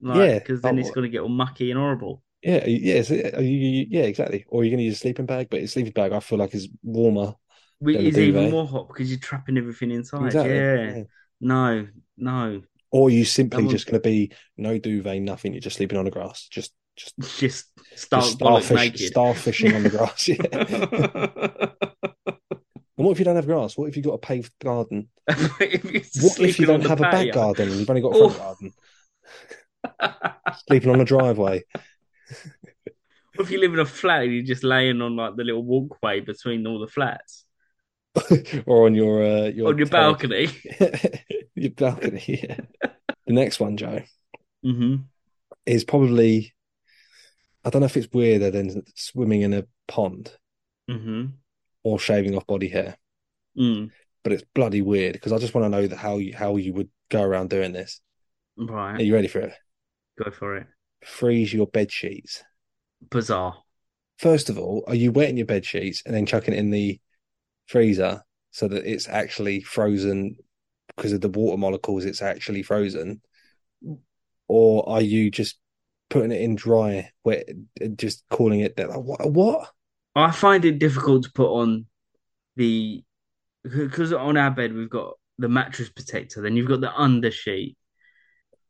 S2: like
S3: Yeah.
S2: because then it's
S3: Oh.
S2: going to get all mucky and horrible.
S3: Yeah, yeah, so, are you, you- yeah, exactly. Or you're going to use a sleeping bag, but a sleeping bag I feel like is warmer.
S2: Which
S3: Then the
S2: is even
S3: duvet.
S2: more hot because you're trapping everything inside.
S3: Exactly.
S2: Yeah.
S3: yeah.
S2: No, no,
S3: Or you simply
S2: Someone-
S3: just going to be no duvet, nothing. You're just sleeping on the grass, just just,
S2: just start
S3: just
S2: bollock
S3: starfish,
S2: naked.
S3: starfishing on the grass. Yeah. and what if you don't have grass? What if you've got a paved garden?
S2: if you're
S3: What if you
S2: sleeping on
S3: don't
S2: the
S3: have a back
S2: patio?
S3: garden and you've only got a front
S2: Oh.
S3: garden? Sleeping on a driveway.
S2: What if you live in a flat and you're just laying on like the little walkway between all the flats
S3: or on your uh, your
S2: on your
S3: terrace.
S2: balcony?
S3: your balcony, yeah. The next one, Joe,
S2: hmm
S3: is probably I don't know if it's weirder than swimming in a pond
S2: hmm
S3: or shaving off body hair,
S2: Mm.
S3: but it's bloody weird because I just want to know that how you how you would go around doing this. Are
S2: Right,
S3: you ready for it?
S2: go for it.
S3: Freeze your bed sheets.
S2: Bizarre.
S3: First of all, are you wetting your bed sheets and then chucking it in the freezer so that it's actually frozen because of the water molecules? It's actually frozen, or are you just putting it in dry, wet, and just calling it that? Like, what? What?
S2: I find it difficult to put on the because on our bed we've got the mattress protector, then you've got the undersheet.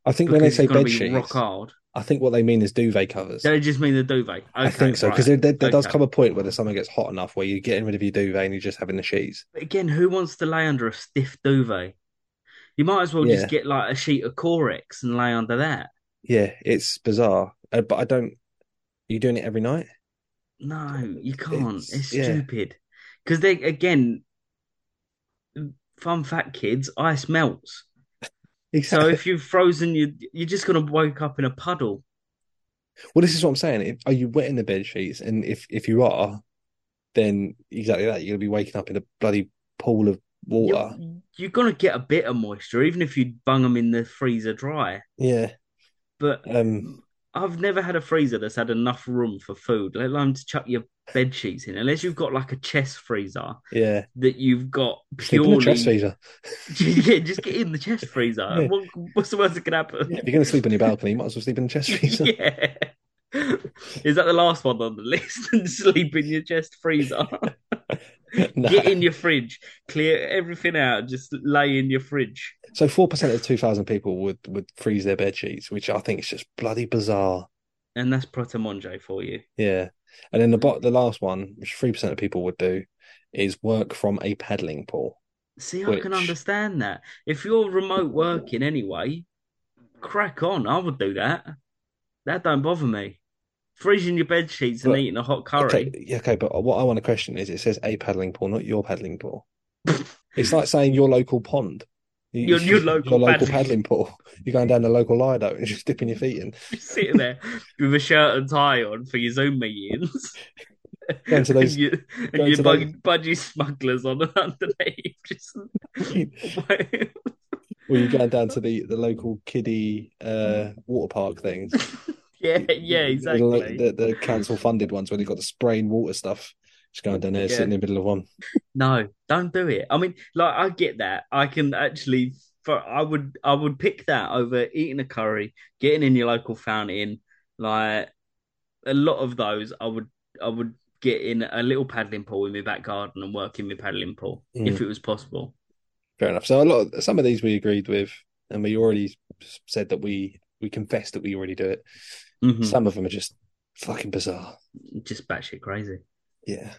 S3: I think when they
S2: because
S3: say
S2: it's gonna
S3: bed
S2: be rock
S3: sheets,
S2: hard.
S3: I think what they mean is duvet covers.
S2: They just mean the duvet.
S3: I
S2: Okay,
S3: think so because
S2: right.
S3: there, there does
S2: Okay.
S3: come a point where the summer gets hot enough where you're getting rid of your duvet and you're just having the sheets.
S2: But again, who wants to lay under a stiff duvet? You might as well
S3: Yeah.
S2: just get like a sheet of Corex and lay under that.
S3: Yeah, it's bizarre, uh, but I don't. You're doing it every night.
S2: No, you can't. It's,
S3: It's- yeah.
S2: stupid. Because they again, fun fact, kids, ice melts. So if you've frozen, you you're just gonna wake up in a puddle.
S3: Well, this is what I'm saying. If, are you wetting the bed sheets? And if if you are, then exactly that. You're gonna be waking up in a bloody pool of water.
S2: You're, you're gonna get a bit of moisture, even if you bung them in the freezer dry.
S3: Yeah.
S2: But
S3: Um.
S2: I've never had a freezer that's had enough room for food, let alone to chuck your bed sheets in. Unless you've got like a chest freezer
S3: Yeah.
S2: that you've got
S3: Sleep in the
S2: purely.
S3: chest freezer.
S2: yeah, just get in the chest freezer.
S3: Yeah.
S2: What, what's the worst that could happen?
S3: Yeah, if you're gonna sleep on your balcony, you might as well sleep in the chest freezer.
S2: yeah. Is that the last one on the list? Sleep in your chest freezer.
S3: Nah.
S2: Get in your fridge. Clear everything out. Just lay in your fridge.
S3: So four percent of two thousand people would would freeze their bed sheets, which I think is just bloody bizarre.
S2: And that's Protomonje for you.
S3: Yeah. And then the bot, the last one, which three percent of people would do, is work from a paddling pool.
S2: See, I can
S3: Which-
S2: understand that. If you're remote working anyway, crack on. I would do that. That don't bother me. Freezing your bed sheets and
S3: But-
S2: eating a hot curry.
S3: Okay, yeah, okay, but what I want to question is it says a paddling pool, not your paddling pool. it's like saying your local pond. You-
S2: Your- your local paddling-
S3: paddling pool. You're going down the local Lido and just dipping your feet in.
S2: You're sitting there with a shirt and tie on for your Zoom meetings.
S3: Going to those-
S2: and you, and
S3: going
S2: your
S3: to
S2: bug, budgie smugglers on and underneath. Just...
S3: Or you're going down to the, the local kiddie uh, water park things.
S2: yeah, yeah,
S3: The-
S2: exactly.
S3: the- The, the council funded ones where they've got the spraying water stuff. Just going down there,
S2: Yeah.
S3: sitting in the middle of one.
S2: No, don't do it. I mean, like I get that. I can actually for I would I would pick that over eating a curry, getting in your local fountain, like a lot of those I would I would get in a little paddling pool in my back garden and work in my paddling pool
S3: Mm.
S2: if it was possible.
S3: Fair enough. So a lot of some of these we agreed with, and we already said that we we confessed that we already do it.
S2: Mhm.
S3: Some of them are just fucking bizarre.
S2: Just batshit crazy.
S3: Yeah.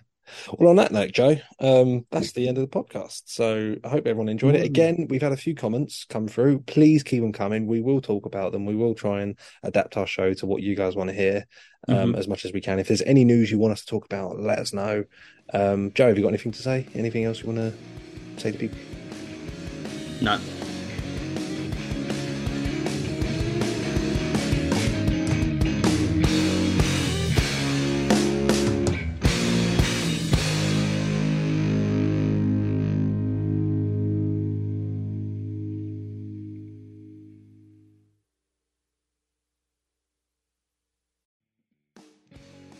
S3: Well, on that note, Joe, um, that's the end of the podcast. So I hope everyone enjoyed it.
S2: Mm.
S3: Again, we've had a few comments come through. Please keep them coming. We will talk about them. We will try and adapt our show to what you guys want to hear um,
S2: Mhm.
S3: as much as we can. If there's any news you want us to talk about, let us know. Um, Joe, have you got anything to say? Anything else you want to say to people?
S2: No.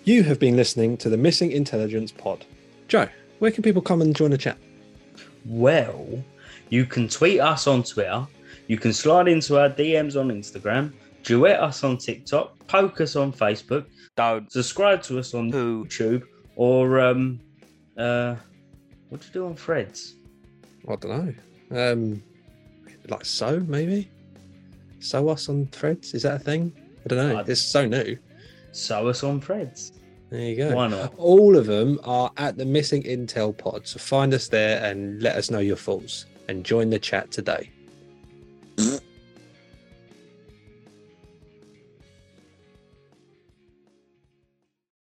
S3: You have been listening to the Missing Intelligence Pod. Joe, where can people come and join the chat?
S2: Well, you can tweet us on Twitter. You can slide into our DMs on Instagram. Duet us on TikTok. Poke us on Facebook.
S1: Don't
S2: Subscribe to us on
S1: poo.
S2: YouTube. Or, um, uh, what do you do on Threads?
S3: I don't know. Um, like so, maybe. So us on threads is that a thing? I don't know.
S2: I-
S3: it's so new.
S2: Sew us on Threads.
S3: There you go.
S2: Why not?
S3: All of them are at the missing intel pod. So find us there and let us know your thoughts and join the chat today.